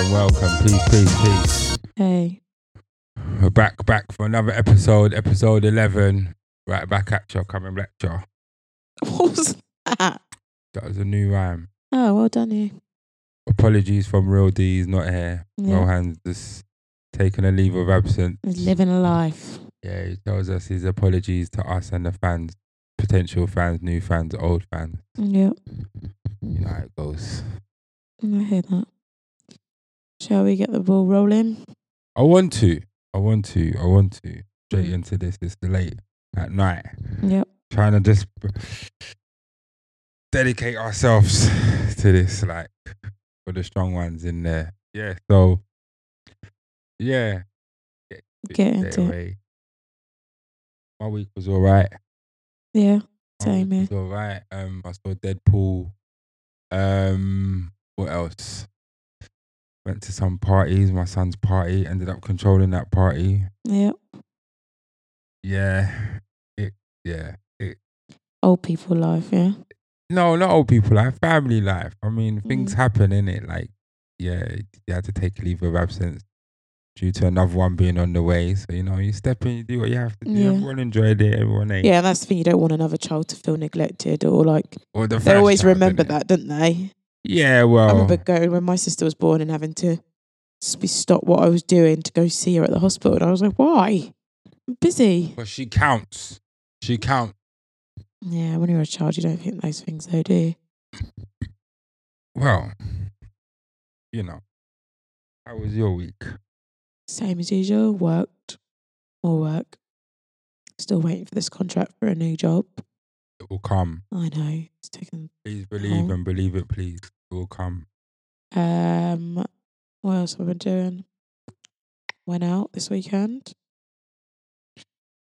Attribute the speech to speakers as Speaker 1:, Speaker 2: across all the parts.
Speaker 1: and welcome. Please, please, please.
Speaker 2: Hey.
Speaker 1: We're back, back for another episode, episode 11. Right back at you, coming lecture.
Speaker 2: What was that?
Speaker 1: That was a new rhyme.
Speaker 2: Oh, well done you.
Speaker 1: Apologies from Real D, he's not here.
Speaker 2: Yeah.
Speaker 1: Rohan's just taking a leave of absence.
Speaker 2: He's living a life.
Speaker 1: Yeah, he tells us his apologies to us and the fans, potential fans, new fans, old fans.
Speaker 2: Yep.
Speaker 1: You know how it goes.
Speaker 2: I hear that. Shall we get the ball rolling?
Speaker 1: I want to. I want to. I want to. Straight
Speaker 2: Mm.
Speaker 1: into this. It's late at night.
Speaker 2: Yep.
Speaker 1: Trying to just dedicate ourselves to this, like for the strong ones in there. Yeah. So, yeah.
Speaker 2: Get
Speaker 1: straight
Speaker 2: into it.
Speaker 1: away. My week was all right.
Speaker 2: Yeah.
Speaker 1: My week
Speaker 2: Same here.
Speaker 1: was all right. Um, I saw Deadpool. Um, what else? Went to some parties. My son's party. Ended up controlling that party.
Speaker 2: Yep.
Speaker 1: Yeah. It, yeah.
Speaker 2: Old people life, yeah.
Speaker 1: No, not old people life, family life. I mean, things
Speaker 2: Mm.
Speaker 1: happen in it. Like, yeah, you had to take leave of absence due to another one being on the way. So, you know, you step in, you do what you have to do.
Speaker 2: Yeah.
Speaker 1: Everyone enjoyed it. Everyone ate.
Speaker 2: Yeah, and that's the thing. You don't want another child to feel neglected or like
Speaker 1: Or the
Speaker 2: they Oh.
Speaker 1: first
Speaker 2: always
Speaker 1: child,
Speaker 2: remember
Speaker 1: innit?
Speaker 2: that, don't they?
Speaker 1: Yeah,
Speaker 2: I
Speaker 1: well,
Speaker 2: remember going when my sister was born and having to s- be stop what I was doing to go see her at the hospital, and I was like, "Why? I'm busy."
Speaker 1: but she counts. She counts.
Speaker 2: Yeah, when you're a child, you don't think those things, though, do you?
Speaker 1: Well, you know, how was your week?
Speaker 2: Same as usual. Worked, more work. Still waiting for this contract for a new job.
Speaker 1: It will come.
Speaker 2: I know it's taken.
Speaker 1: Please believe
Speaker 2: Oh.
Speaker 1: and believe it, please. It will come.
Speaker 2: Um, what else have I been doing? Went out this weekend.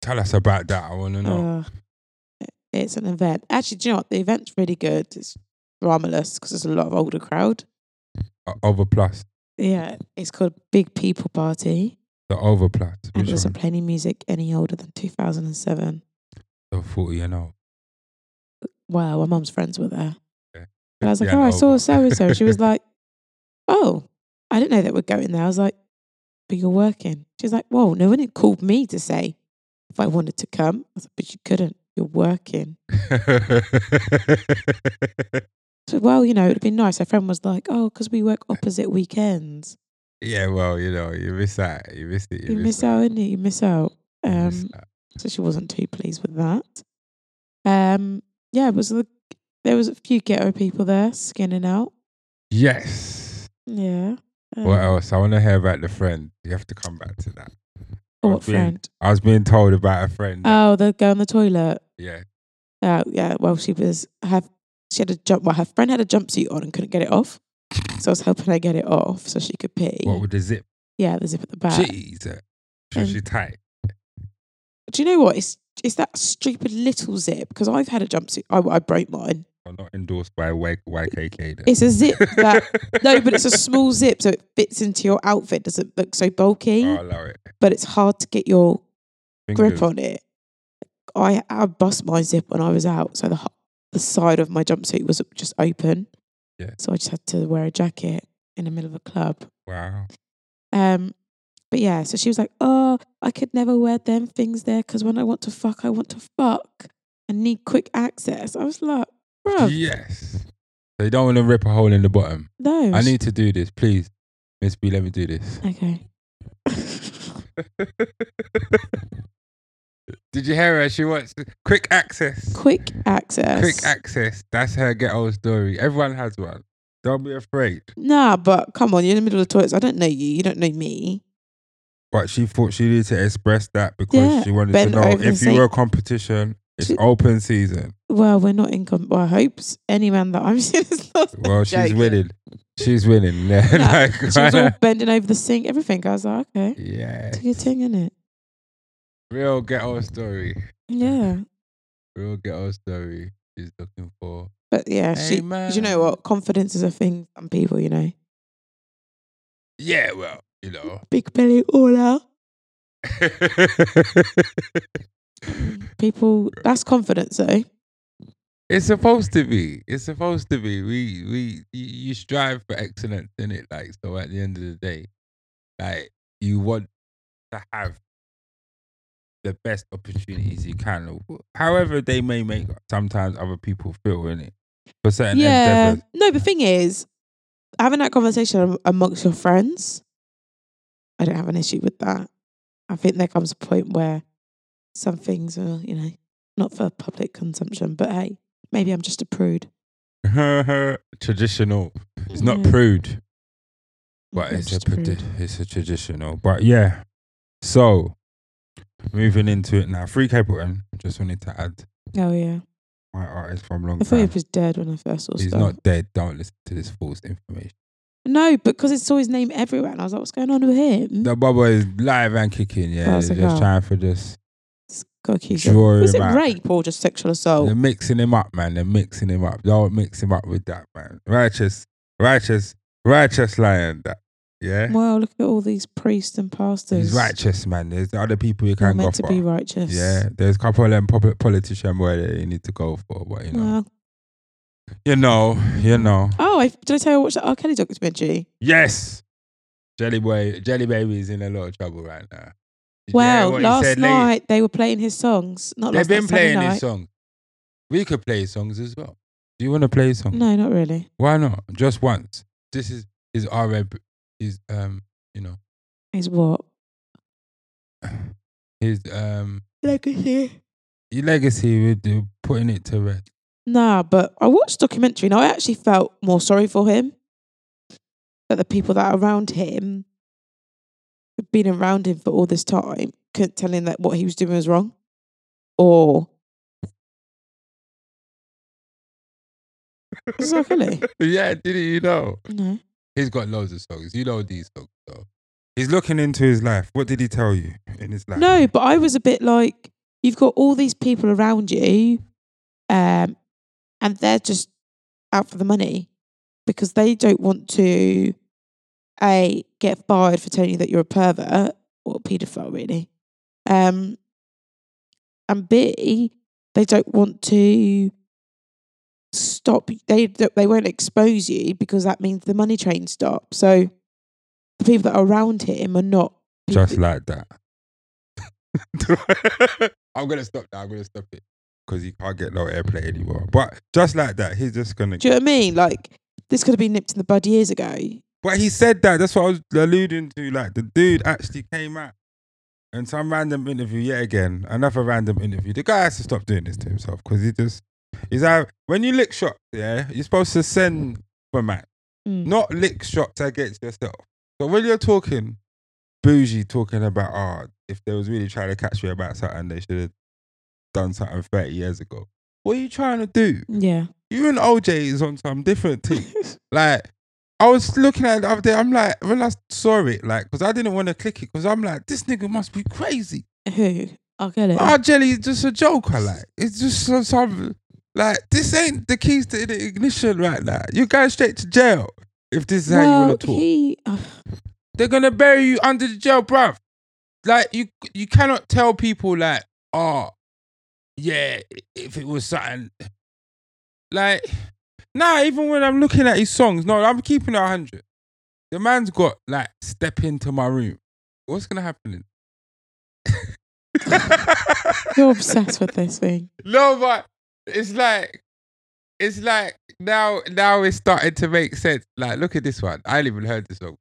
Speaker 1: Tell us about that. I want to know.
Speaker 2: Uh, it's an event. Actually, do you know what? The event's really good. It's dramaless because there's a lot of older crowd.
Speaker 1: Uh, over plus.
Speaker 2: Yeah, it's called Big People Party.
Speaker 1: The over plus.
Speaker 2: And
Speaker 1: Which
Speaker 2: it doesn't
Speaker 1: one?
Speaker 2: play any music any older than 2007.
Speaker 1: The 40 and oh. over.
Speaker 2: Wow, my mum's friends were there.
Speaker 1: Yeah.
Speaker 2: And I was like,
Speaker 1: 50
Speaker 2: oh,
Speaker 1: and
Speaker 2: I saw
Speaker 1: over."
Speaker 2: so and so. She was like, oh, I didn't know that we're going there. I was like, but you're working. She's like, whoa, no one had called me to say if I wanted to come. I was like, but you couldn't. You're working. So, well, you know, it'd be nice. Her friend was like, oh, because we work opposite weekends.
Speaker 1: yeah, well, you know, you miss that. You miss it.
Speaker 2: You miss out, innit? You miss out.
Speaker 1: You miss
Speaker 2: Um,
Speaker 1: that.
Speaker 2: so she wasn't too pleased with that. Um, yeah, it was the, there was a few ghetto people there skinning out.
Speaker 1: Yes.
Speaker 2: Yeah. Um,
Speaker 1: what else? I want to hear about the friend. You have to come back to that. I
Speaker 2: What
Speaker 1: was being-
Speaker 2: friend?
Speaker 1: I was being told about a friend. that-
Speaker 2: Oh, the girl in the toilet.
Speaker 1: yeah.
Speaker 2: Oh, yeah. Well, she was have she had a jump. Well, her friend had a jumpsuit on and couldn't get it off, so I was helping her get it off so she could pee.
Speaker 1: What would the zip?
Speaker 2: yeah, the zip at the back.
Speaker 1: Jeez. uh, So
Speaker 2: Um,
Speaker 1: she tight.
Speaker 2: Do you know what? It's it's that stupid little zip because I've had a jumpsuit. I, I broke mine.
Speaker 1: Well, not endorsed by Y- YKK. then.
Speaker 2: It's a zip that no, but it's a small zip so it fits into your outfit. Doesn't look so bulky,
Speaker 1: I'll allow Oh, it.
Speaker 2: but it's hard to get your grip
Speaker 1: Fingers.
Speaker 2: on it. I I bust my zip when I was out, so the ho- the side of my jumpsuit was just open.
Speaker 1: Yeah.
Speaker 2: So I just had to wear a jacket in the middle of a club.
Speaker 1: Wow.
Speaker 2: Um, but yeah, so she was like, "Oh, I could never wear them things there because when I want to fuck, I want to fuck and need quick access." I was like, "Bro,
Speaker 1: Yes. So you don't want to rip a hole in the bottom.
Speaker 2: no."
Speaker 1: I need to do this, please. Miss B, let me do this.
Speaker 2: Okay.
Speaker 1: Did you hear her? She wants quick access.
Speaker 2: quick access.
Speaker 1: Quick access. That's her ghetto story. Everyone has one. Don't be afraid.
Speaker 2: Nah, but come on, you're in the middle of the toilets. I don't know you. You don't know me.
Speaker 1: But she thought she needed to express that because
Speaker 2: Yeah,
Speaker 1: she wanted to
Speaker 2: bend
Speaker 1: know
Speaker 2: over and
Speaker 1: if you
Speaker 2: say-
Speaker 1: were a competition, it's
Speaker 2: She-
Speaker 1: open season.
Speaker 2: Well, we're not in. Com- well, I hope s- any man that I'm seeing is not.
Speaker 1: Well, she's
Speaker 2: joking.
Speaker 1: winning. She's winning. Yeah,
Speaker 2: Nah,
Speaker 1: like,
Speaker 2: She was all bending over the sink, everything. I was like, okay,
Speaker 1: yeah.
Speaker 2: it's a good thing, isn't it?
Speaker 1: Real ghetto story.
Speaker 2: Yeah.
Speaker 1: Real ghetto story. She's looking for.
Speaker 2: But yeah, she. Do you
Speaker 1: Amen.
Speaker 2: know what? Confidence is a thing. for Some people, you know,
Speaker 1: Yeah, well, you know.
Speaker 2: big belly all out. People, that's confidence, though.
Speaker 1: It's supposed to be. It's supposed to be. We we y- you strive for excellence in it. Like so, at the end of the day, like you want to have the best opportunities you can. However, they may make sometimes other people feel in it for certain
Speaker 2: yeah.
Speaker 1: endeavors.
Speaker 2: No, the thing is, having that conversation am- amongst your friends, I don't have an issue with that. I think there comes a point where some things are, you know, not for public consumption, but hey, maybe I'm just a prude.
Speaker 1: traditional. It's not
Speaker 2: Yeah,
Speaker 1: prude, but
Speaker 2: maybe I'm
Speaker 1: it's a
Speaker 2: Mm-hmm. just a prude.
Speaker 1: predi- it's a traditional. But yeah. So moving into it now. Free Cable N. Just wanted to add
Speaker 2: Oh, yeah.
Speaker 1: my artist from long
Speaker 2: I thought he
Speaker 1: time.
Speaker 2: was dead when I first saw
Speaker 1: He's
Speaker 2: stuff.
Speaker 1: not dead. Don't listen to this false information.
Speaker 2: No, because it saw his name everywhere, and I was like, "What's going on with him?"
Speaker 1: The bubble is live and kicking. Yeah,
Speaker 2: Oh,
Speaker 1: They're
Speaker 2: it's like,
Speaker 1: just
Speaker 2: oh.
Speaker 1: trying for this.
Speaker 2: It's got accused of-
Speaker 1: Draw
Speaker 2: Was it
Speaker 1: him out.
Speaker 2: rape or just sexual assault?
Speaker 1: They're mixing him up, man. They're mixing him up. Don't mix him up with that, man. Righteous, righteous, righteous lion. That, yeah.
Speaker 2: Wow, look at all these priests and pastors.
Speaker 1: He's righteous, man. There's other people you
Speaker 2: You're
Speaker 1: can go
Speaker 2: meant to
Speaker 1: for.
Speaker 2: be righteous.
Speaker 1: Yeah, there's a couple of them pop- politician where they need to go for, but you know,
Speaker 2: Well,
Speaker 1: you know, you know.
Speaker 2: Oh, I, did I tell you I watched the R. Kelly documentary?
Speaker 1: Yes, Jelly Boy, Jelly Baby is in a lot of trouble right now. Did you hear
Speaker 2: Well,
Speaker 1: what he
Speaker 2: last
Speaker 1: said, lady?
Speaker 2: night they were playing his songs. Oh, Not
Speaker 1: They've
Speaker 2: last
Speaker 1: been
Speaker 2: night, Sunday
Speaker 1: playing his
Speaker 2: night.
Speaker 1: songs. We could play his songs as well. Do you want to play his songs?
Speaker 2: No, not really.
Speaker 1: Why not? Just once. This is his R&B. His um, you know,
Speaker 2: It's what?
Speaker 1: his um,
Speaker 2: Legacy.
Speaker 1: his legacy. We're do- putting it to rest.
Speaker 2: Nah, but I watched the documentary and I actually felt more sorry for him. That the people that are around him, have been around him for all this time, couldn't tell him that what he was doing was wrong. Or. Is R. Kelly?
Speaker 1: yeah, didn't you know?
Speaker 2: No.
Speaker 1: He's got loads of songs. You know these songs though. He's looking into his life. What did he tell you in his life?
Speaker 2: No, but I was a bit like, you've got all these people around you, um, and they're just out for the money because they don't want to a get fired for telling you that you're a pervert or a paedophile, really, um, and b they don't want to stop. They they won't expose you because that means the money train stops. So the people that are around him are not people
Speaker 1: Just like that. I'm gonna stop that. I'm gonna stop it because he can't get no airplay anymore. But just like that, he's just gonna.
Speaker 2: Do you know what I mean? Like this could have been nipped in the bud years ago.
Speaker 1: But he said that. That's what I was alluding to. Like the dude actually came out in some random interview yet again. Another random interview. The guy has to stop doing this to himself because he just is out. When you lick shots, yeah, you're supposed to send for man, not lick shots against yourself. So when you're talking bougie, talking about ah, if they was really trying to catch you about something, they should have done something 30 years ago. What are you trying to do?
Speaker 2: Yeah.
Speaker 1: You and OJ is on some different team. Like, I was looking at it the other day. I'm like, when I saw it, like, because I didn't want to click it, because I'm like, this nigga must be crazy.
Speaker 2: Who? I'll get it.
Speaker 1: Our jelly is just a joker. Like, it's just some, some like, this ain't the keys to the ignition right now. You're going straight to jail if this is how you
Speaker 2: well,
Speaker 1: want to talk.
Speaker 2: he. oh,
Speaker 1: They're gonna bury you under the jail, bruv. Like, you you cannot tell people like, oh, yeah, if it was something like, nah. Even when I'm looking at his songs, no, I'm keeping it hundred. The man's got like step into my room. What's gonna happen?
Speaker 2: You're obsessed with this thing.
Speaker 1: no, but it's like, it's like now, now it's starting to make sense. Like, look at this one. I ain't even heard this song.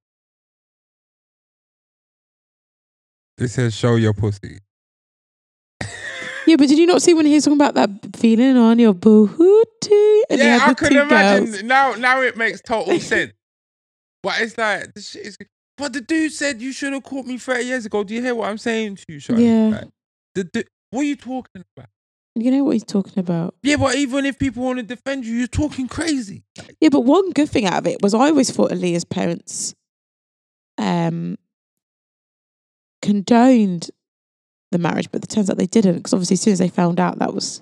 Speaker 1: It says, "Show your pussy."
Speaker 2: Yeah, but did you not see when he was talking about that feeling on your booty? And he
Speaker 1: yeah,
Speaker 2: had
Speaker 1: I
Speaker 2: the
Speaker 1: could
Speaker 2: two
Speaker 1: imagine
Speaker 2: girls?
Speaker 1: now. Now it makes total sense. But it's like the shit is. But the dude said you should have caught me thirty years ago. Do you hear what I'm saying to you, Sean?
Speaker 2: Yeah.
Speaker 1: the du- what are you talking about?
Speaker 2: You know what he's talking about.
Speaker 1: Yeah, but even if people want to defend you, you're talking crazy.
Speaker 2: Yeah, but one good thing out of it was I always thought Aaliyah's parents um, condoned the marriage, but it turns out they didn't because obviously as soon as they found out that was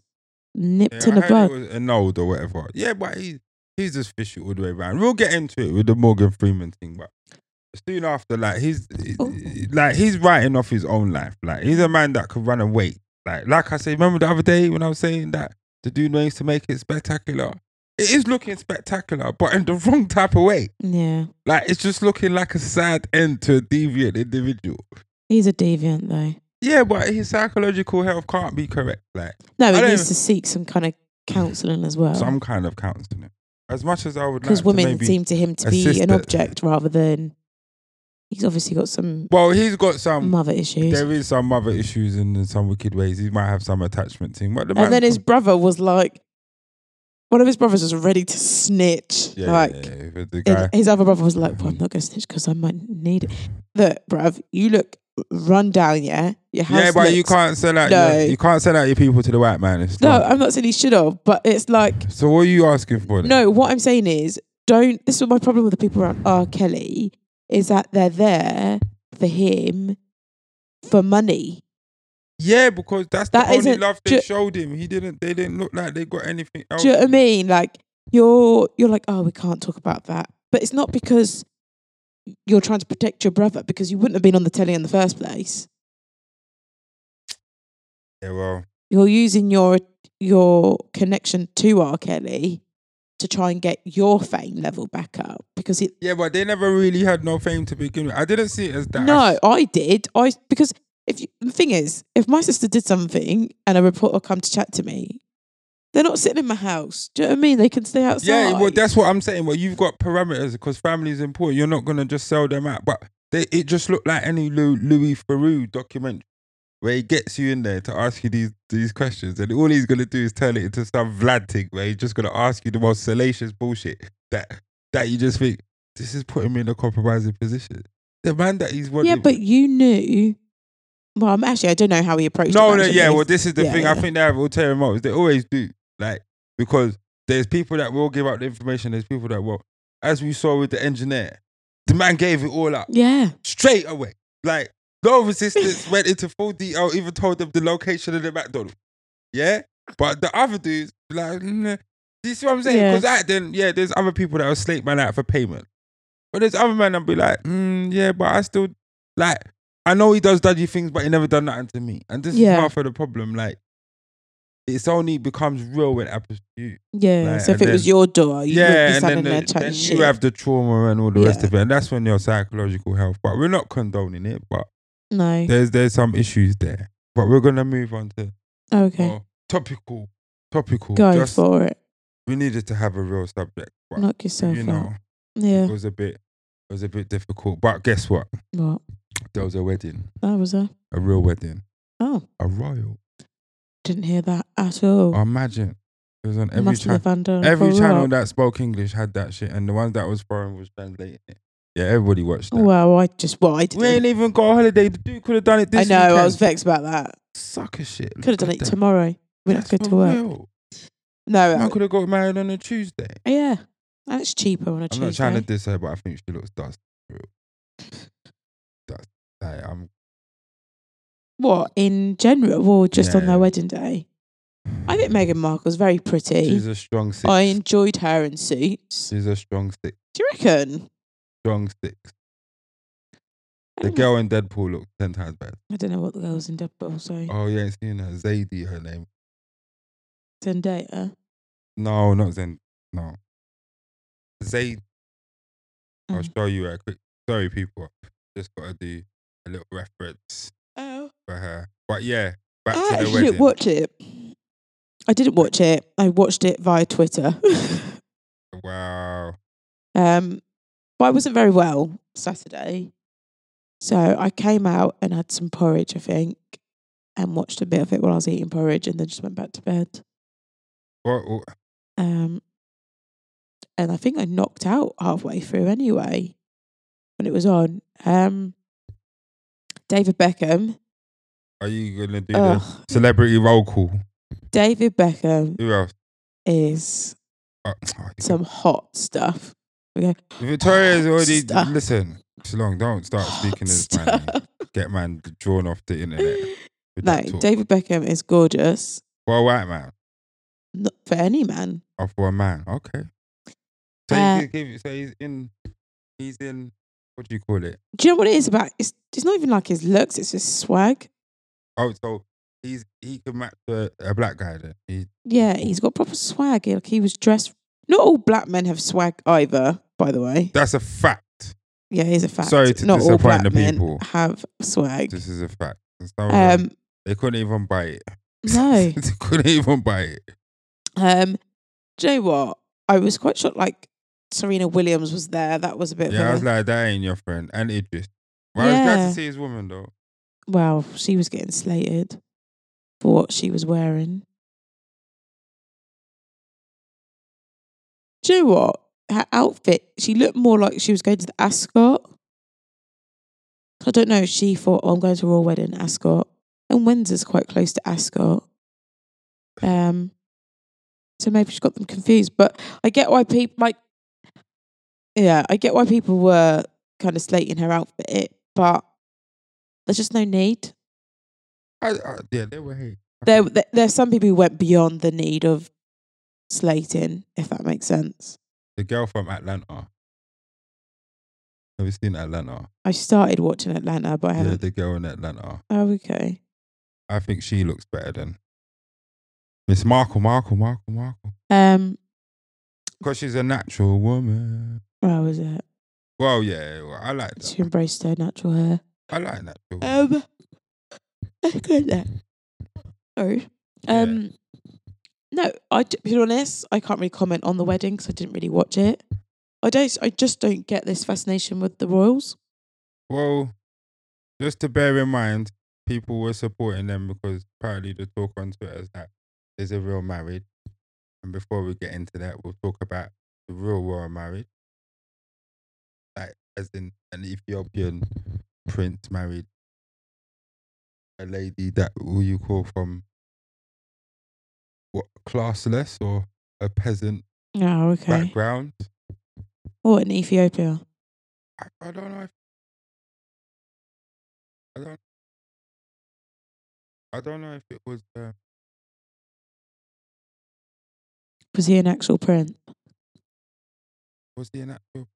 Speaker 2: nipped in the bud.
Speaker 1: was annulled or whatever. Yeah, but he he's just fishy all the way around. We'll get into it with the Morgan Freeman thing, but soon after, like he's
Speaker 2: Oh.
Speaker 1: like he's writing off his own life. Like he's a man that could run away. Like like I said, remember the other day when I was saying that to do things to make it spectacular. It is looking spectacular, but in the wrong type of way.
Speaker 2: Yeah.
Speaker 1: Like it's just looking like a sad end to a deviant individual.
Speaker 2: He's a deviant though.
Speaker 1: Yeah, but his psychological health can't be correct. Like
Speaker 2: No,
Speaker 1: I
Speaker 2: he
Speaker 1: don't
Speaker 2: needs to seek some kind of counselling as well.
Speaker 1: some kind of counselling. As much as I would
Speaker 2: Oh. Because
Speaker 1: like to
Speaker 2: women
Speaker 1: maybe,
Speaker 2: seem to him to be
Speaker 1: assist
Speaker 2: an
Speaker 1: it.
Speaker 2: object rather than. He's obviously got some
Speaker 1: Well, he's got some.
Speaker 2: mother issues.
Speaker 1: Um, There is some other issues and in some wicked ways. He might have some attachment thing. But the man,
Speaker 2: And then his brother was like, one of his brothers was ready to snitch.
Speaker 1: yeah,
Speaker 2: like,
Speaker 1: yeah, yeah, but the
Speaker 2: and
Speaker 1: guy.
Speaker 2: his other brother was like, well, I'm
Speaker 1: Mhm.
Speaker 2: not going to snitch because I might need it. Look, bruv, you look run down, yeah? Your house
Speaker 1: Yeah, but you
Speaker 2: looks-
Speaker 1: can't sell out.
Speaker 2: No.
Speaker 1: Your, you can't sell out your people to the white man. It's
Speaker 2: No,
Speaker 1: not-
Speaker 2: I'm not saying he should have, but it's like,
Speaker 1: So what are you asking for? Then?
Speaker 2: no, what I'm saying is, don't. This is my problem with the people around R. Kelly is that they're there for him for money.
Speaker 1: Yeah, because that's
Speaker 2: That
Speaker 1: the only
Speaker 2: isn't-
Speaker 1: love they
Speaker 2: ju-
Speaker 1: showed him. He didn't. They didn't look like they got anything else.
Speaker 2: Do you know what I mean? Like you're you're like, oh, we can't talk about that. But it's not because you're trying to protect your brother because you wouldn't have been on the telly in the first place.
Speaker 1: yeah, well,
Speaker 2: You're using your your connection to R. Kelly to try and get your fame level back up because it.
Speaker 1: yeah, but they never really had no fame to begin with. I didn't see it as that.
Speaker 2: No, I did. I because if you, the thing is, if my sister did something and a reporter come to chat to me, they're not sitting in my house. Do you know what I mean? They can stay outside.
Speaker 1: Yeah, well, that's what I'm saying. Well, you've got parameters because family's important. You're not gonna just sell them out. But they, it just looked like any Lou, Louis Farou documentary where he gets you in there to ask you these these questions, and all he's gonna do is turn it into some Vlad thing where he's just gonna ask you the most salacious bullshit that that you just think this is putting me in a compromising position. The man that he's
Speaker 2: yeah,
Speaker 1: wanting.
Speaker 2: but you knew. Well, I'm actually, I don't know how he approached.
Speaker 1: No,
Speaker 2: it,
Speaker 1: no,
Speaker 2: actually.
Speaker 1: yeah. Well, this is the
Speaker 2: Yeah,
Speaker 1: thing. I
Speaker 2: yeah.
Speaker 1: think they have ulterior motives. They always do. Like because there's people that will give out the information. There's people that will, as we saw with the engineer, the man gave it all up
Speaker 2: yeah,
Speaker 1: straight away. Like no resistance. went into full detail. Even told them the location of the McDonald's. Yeah, but the other dudes like, nah. do you see what I'm saying?
Speaker 2: Yeah.
Speaker 1: Because that then yeah, there's other people that will slate man out for payment. But there's other man that be like, mm, yeah, but I still like I know he does dodgy things, but he never done nothing to me. And this
Speaker 2: Yeah.
Speaker 1: is half of the problem. Like, it's only becomes real when it happens to you.
Speaker 2: yeah.
Speaker 1: Like,
Speaker 2: so if it
Speaker 1: and
Speaker 2: was
Speaker 1: then-
Speaker 2: your door, you
Speaker 1: yeah,
Speaker 2: would be
Speaker 1: and then,
Speaker 2: standing there
Speaker 1: the,
Speaker 2: chatting
Speaker 1: then
Speaker 2: shit.
Speaker 1: you have the trauma and all the rest
Speaker 2: Yeah.
Speaker 1: of it, and that's when your psychological health. But we're not condoning it. But
Speaker 2: no,
Speaker 1: there's there's some issues there. But we're gonna move on to
Speaker 2: okay,
Speaker 1: more topical, topical.
Speaker 2: go
Speaker 1: Just-
Speaker 2: for it.
Speaker 1: we needed to have a real subject, but
Speaker 2: Knock yourself
Speaker 1: you
Speaker 2: out.
Speaker 1: know,
Speaker 2: Yeah,
Speaker 1: it was a bit, it was a bit difficult. But guess what?
Speaker 2: what?
Speaker 1: There was a wedding,
Speaker 2: That was a
Speaker 1: a real wedding,
Speaker 2: oh,
Speaker 1: a royal. Oh,
Speaker 2: didn't hear that at all.
Speaker 1: Imagine it was on every
Speaker 2: Oh. Must
Speaker 1: channel.
Speaker 2: have been done
Speaker 1: Every
Speaker 2: for
Speaker 1: channel
Speaker 2: rock.
Speaker 1: that spoke English had that shit, and the ones that was foreign was translating it. Yeah, everybody watched that.
Speaker 2: Oh, Well, I just well, I
Speaker 1: we
Speaker 2: didn't.
Speaker 1: ain't even got a holiday. The Duke could have done it
Speaker 2: I
Speaker 1: this Mm,
Speaker 2: know.
Speaker 1: weekend.
Speaker 2: I was vexed about that.
Speaker 1: sucker shit.
Speaker 2: Could have done it tomorrow. We'd have to
Speaker 1: Oh,
Speaker 2: go to work.
Speaker 1: I
Speaker 2: No,
Speaker 1: could have got married on a Tuesday.
Speaker 2: yeah, and it's cheaper on a
Speaker 1: I'm
Speaker 2: Tuesday.
Speaker 1: not trying to diss her, but I think she looks dust. dust. Like, I'm,
Speaker 2: What in general, or just on
Speaker 1: Yeah.
Speaker 2: their wedding day? I think Meghan Markle's very pretty.
Speaker 1: she's a strong six.
Speaker 2: I enjoyed her in Suits.
Speaker 1: she's a strong six.
Speaker 2: Do you reckon?
Speaker 1: Strong six.
Speaker 2: I
Speaker 1: The
Speaker 2: don't know-
Speaker 1: girl in Deadpool looks ten times better.
Speaker 2: Um, I don't know what the girl's in Deadpool. So
Speaker 1: Oh, you ain't seen her. Zadie, her name.
Speaker 2: Zendaya.
Speaker 1: No, not Zen. No. Zayd.
Speaker 2: Oh.
Speaker 1: I'll show you a quick. Sorry, people. Just got to do a little reference
Speaker 2: Oh,
Speaker 1: for her. But yeah, back
Speaker 2: I
Speaker 1: to the
Speaker 2: actually
Speaker 1: wedding.
Speaker 2: didn't watch it. I didn't watch it. I watched it via Twitter.
Speaker 1: Wow.
Speaker 2: um, but I wasn't very well Saturday, so I came out and had some porridge, I think, and watched a bit of it while I was eating porridge, and then just went back to bed.
Speaker 1: What, what-
Speaker 2: Um, and I think I knocked out halfway through anyway when it was on. Um, David Beckham.
Speaker 1: are you gonna do? The
Speaker 2: Ugh,
Speaker 1: celebrity roll call.
Speaker 2: David Beckham
Speaker 1: Who else?
Speaker 2: is
Speaker 1: Uh,
Speaker 2: some hot stuff. Okay.
Speaker 1: Victoria's already.
Speaker 2: Stop.
Speaker 1: Listen, Shalong, don't start speaking as man.
Speaker 2: Stuff.
Speaker 1: Get man drawn off the internet. with
Speaker 2: No,
Speaker 1: that talk.
Speaker 2: David Beckham is gorgeous.
Speaker 1: For a white man.
Speaker 2: Not for any man.
Speaker 1: Or for a man. Okay. So,
Speaker 2: Uh,
Speaker 1: he give, so he's in. He's in. What do you call it?
Speaker 2: Do you know what it is about? It's it's not even like his looks, it's his swag.
Speaker 1: Oh, so he's he could match a, a black guy. Then. He,
Speaker 2: Yeah, he's got proper swag. Like he was dressed. Not all black men have swag either, by the way.
Speaker 1: that's a fact.
Speaker 2: Yeah, here's a fact.
Speaker 1: Sorry to
Speaker 2: Not all
Speaker 1: disappoint
Speaker 2: black
Speaker 1: the
Speaker 2: men
Speaker 1: people.
Speaker 2: have swag.
Speaker 1: This is a fact. And some of them,
Speaker 2: Um,
Speaker 1: they couldn't even buy it.
Speaker 2: no.
Speaker 1: they couldn't even buy it.
Speaker 2: Um, do you know what? I was quite shocked. Like Serena Williams was there. That was a bit.
Speaker 1: Yeah, I
Speaker 2: of
Speaker 1: was
Speaker 2: a,
Speaker 1: like, that ain't your friend. And Idris. But I was glad
Speaker 2: Yeah.
Speaker 1: to see his woman though.
Speaker 2: well, she was getting slated for what she was wearing. Do you know what? Her outfit. She looked more like she was going to the Ascot. I don't know. She thought, "Oh, I'm going to a royal wedding, Ascot." And Windsor's quite close to Ascot. Um, so maybe she got them confused. But I get why people like. Yeah, I get why people were kind of slating her outfit, but there's just no need.
Speaker 1: I, I, yeah, they were hate.
Speaker 2: There, there, there's some people who went beyond the need of slating, if that makes sense.
Speaker 1: The girl from Atlanta. Have you seen Atlanta?
Speaker 2: I started watching Atlanta, but I
Speaker 1: Yeah,
Speaker 2: haven't.
Speaker 1: the girl in Atlanta.
Speaker 2: Oh, okay.
Speaker 1: I think she looks better than Miss Markle, Markle, Markle, Markle.
Speaker 2: Um,
Speaker 1: Because she's a natural woman.
Speaker 2: where was it?
Speaker 1: Well, yeah, well, I like that.
Speaker 2: She embraced her natural hair.
Speaker 1: I like natural.
Speaker 2: Um, good there. Sorry. Um, no, I d- to be honest, I can't really comment on the wedding because I didn't really watch it. I don't. I just don't get this fascination with the royals.
Speaker 1: well, just to bear in mind, people were supporting them because apparently the talk on Twitter is that there's a real marriage. And before we get into that, we'll talk about the real royal marriage. Like, as in an Ethiopian prince married a lady that who you call from what classless or a peasant
Speaker 2: Oh, okay.
Speaker 1: background.
Speaker 2: Or in Ethiopia.
Speaker 1: I, I don't know. If, I don't. I don't know if it was. Uh,
Speaker 2: Was he an actual prince?
Speaker 1: was he an actual?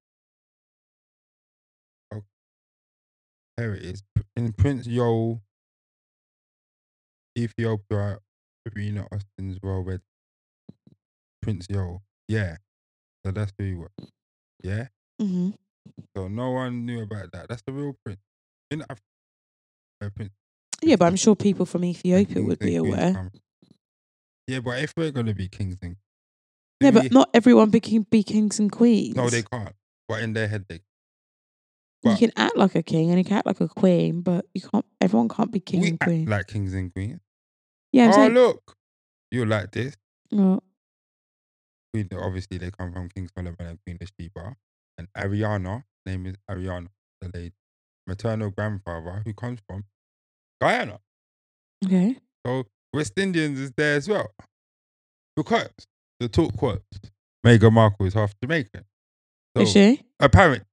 Speaker 1: Oh, there it is. P- In Prince Yol, Ethiopia, Sabrina Austin's well read. Prince Yol, yeah. So that's who he was. Yeah.
Speaker 2: Mm-hmm.
Speaker 1: So no one knew about that. That's the real prince. In Africa, where uh, Prince
Speaker 2: Yeah, but I'm sure people from Ethiopia
Speaker 1: kings and
Speaker 2: would be
Speaker 1: queens
Speaker 2: aware.
Speaker 1: come. Yeah, but if we're gonna be kings and
Speaker 2: Yeah,
Speaker 1: do
Speaker 2: but
Speaker 1: we-
Speaker 2: not everyone be, king, be kings and queens.
Speaker 1: no, they can't. But in their head, they
Speaker 2: You
Speaker 1: but-
Speaker 2: can act like a king and you can act like a queen, but you can't. Everyone can't be king
Speaker 1: we
Speaker 2: and
Speaker 1: act
Speaker 2: queen.
Speaker 1: like kings and queens.
Speaker 2: yeah, I'm
Speaker 1: oh
Speaker 2: saying.
Speaker 1: look, you like this?
Speaker 2: Well,
Speaker 1: Queen, obviously, they come from King Solomon and Queen of Sheba, and Ariana. Name is Ariana, the lady maternal grandfather who comes from Guyana.
Speaker 2: okay.
Speaker 1: So West Indians is there as well. Because the talk quotes, Meghan Markle is half Jamaican. So
Speaker 2: Is she?
Speaker 1: apparent.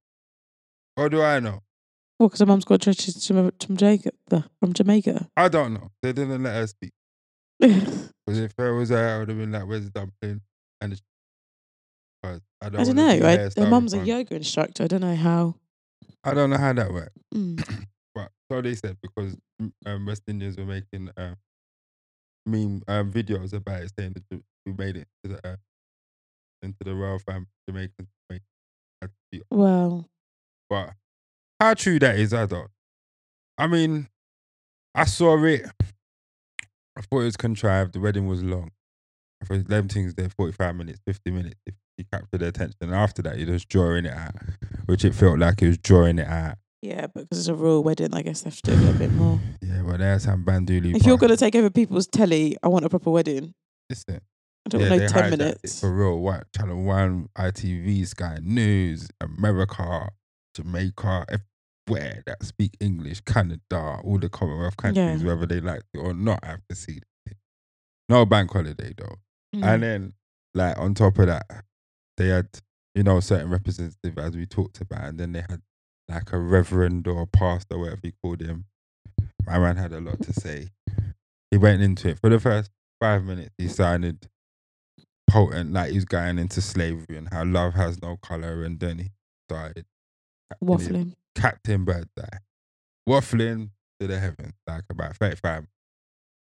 Speaker 1: What do I know?
Speaker 2: Well, because her mum's got churches from from Jamaica. From Jamaica.
Speaker 1: I don't know. They didn't let her speak. Because if I was there, I would have been like, where's the dumpling? And the... But I don't,
Speaker 2: I don't
Speaker 1: wanna
Speaker 2: know.
Speaker 1: be a
Speaker 2: Right? Their
Speaker 1: hairstyle
Speaker 2: mum's a
Speaker 1: icon.
Speaker 2: yoga instructor. I don't know how.
Speaker 1: I don't know how that worked.
Speaker 2: Mm.
Speaker 1: But so they said because mm, um, West Indians were making um, meme um, videos about it, saying that you- we made it to the, uh, into the royal family, Jamaican. Jamaican. Had to be-
Speaker 2: Well,
Speaker 1: But how true that is, I don't. I mean, I saw it. I thought it was contrived. The wedding was long. I thought them things there, 45 minutes, 50 minutes, if you capture their attention. And after that, you're just drawing it out, which it felt like it was drawing it out.
Speaker 2: yeah, but because it's a royal wedding, I guess they have to do a little bit more.
Speaker 1: Yeah, but there's some banduli.
Speaker 2: If you're going to take over people's telly, I want a proper wedding.
Speaker 1: listen,
Speaker 2: I don't
Speaker 1: yeah,
Speaker 2: know,
Speaker 1: they
Speaker 2: 10
Speaker 1: hijacked it
Speaker 2: minutes.
Speaker 1: for real. What Channel One, ITV, Sky News, America, Jamaica, everywhere that speak English, Canada, all the Commonwealth countries,
Speaker 2: Yeah.
Speaker 1: whether they like it or not, I have to see. it. No bank holiday though.
Speaker 2: Mm.
Speaker 1: And then, like on top of that, they had you know certain representative as we talked about, and then they had like a reverend or a pastor, whatever you called him. My man had a lot to say. He went into it for the first five minutes. He sounded potent, like he was going into slavery and how love has no color. And then he started Captain-
Speaker 2: Waffling.
Speaker 1: Captain Birdseye waffling to the heavens, like about thirty-five.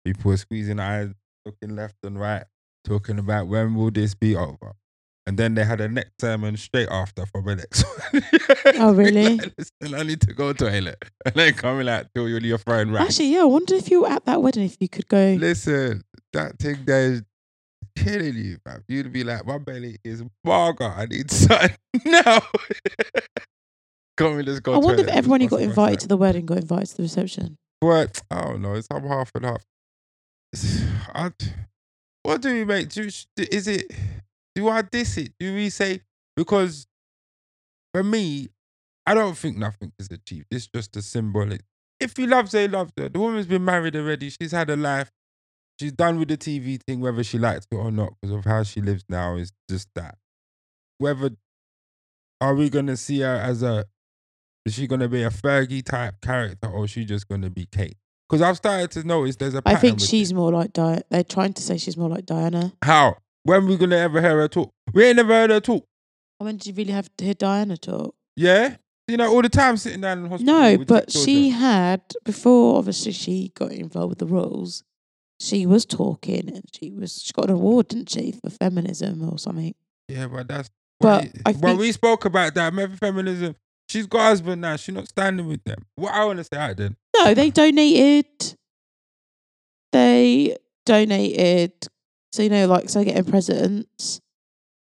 Speaker 1: People are squeezing eyes, looking left and right, talking about when will this be over. And then they had a next sermon straight after for the next one.
Speaker 2: Oh, really?
Speaker 1: Like, Listen, I need to go toilet. And then coming out till you're your phone right.
Speaker 2: Actually, yeah, I wonder if you were at that wedding if you could go.
Speaker 1: Listen, that thing there is killing you, man. You'd be like, my belly is burger. I need something now. Come on, let's go.
Speaker 2: I wonder if
Speaker 1: toilet.
Speaker 2: everyone who got
Speaker 1: What's the
Speaker 2: invited
Speaker 1: matter?
Speaker 2: to the wedding got invited to the reception.
Speaker 1: But I don't know. It's I'm half and half. I, what do we make? Do is it? Do I diss it? Do we say because for me, I don't think nothing is achieved. It's just a symbolic. If he loves her, he loves her. The woman's been married already. She's had a life. She's done with the TV thing, whether she likes it or not, because of how she lives now. Is just that. Whether are we gonna see her as a is she gonna be a Fergie type character or is she just gonna be Kate? Because I've started to notice there's a
Speaker 2: I
Speaker 1: pattern.
Speaker 2: think
Speaker 1: with
Speaker 2: she's more like Diana. They're trying to say she's more like Diana.
Speaker 1: it. how when we gonna ever hear her talk? We ain't never heard her talk.
Speaker 2: I mean, did you really have to hear Diana talk?
Speaker 1: Yeah, you know all the time sitting down in hospital.
Speaker 2: No,
Speaker 1: with
Speaker 2: but
Speaker 1: children.
Speaker 2: she had before. Obviously, she got involved with the rules. She was talking, and she was she got an award, didn't she, for feminism or something?
Speaker 1: Yeah, but that's.
Speaker 2: But
Speaker 1: why-
Speaker 2: I
Speaker 1: well,
Speaker 2: think-
Speaker 1: we spoke about that. Maybe feminism. She's got a husband now. She's not standing with them. What I want to say out then.
Speaker 2: No, they donated. They donated. So you know, like so, getting presents.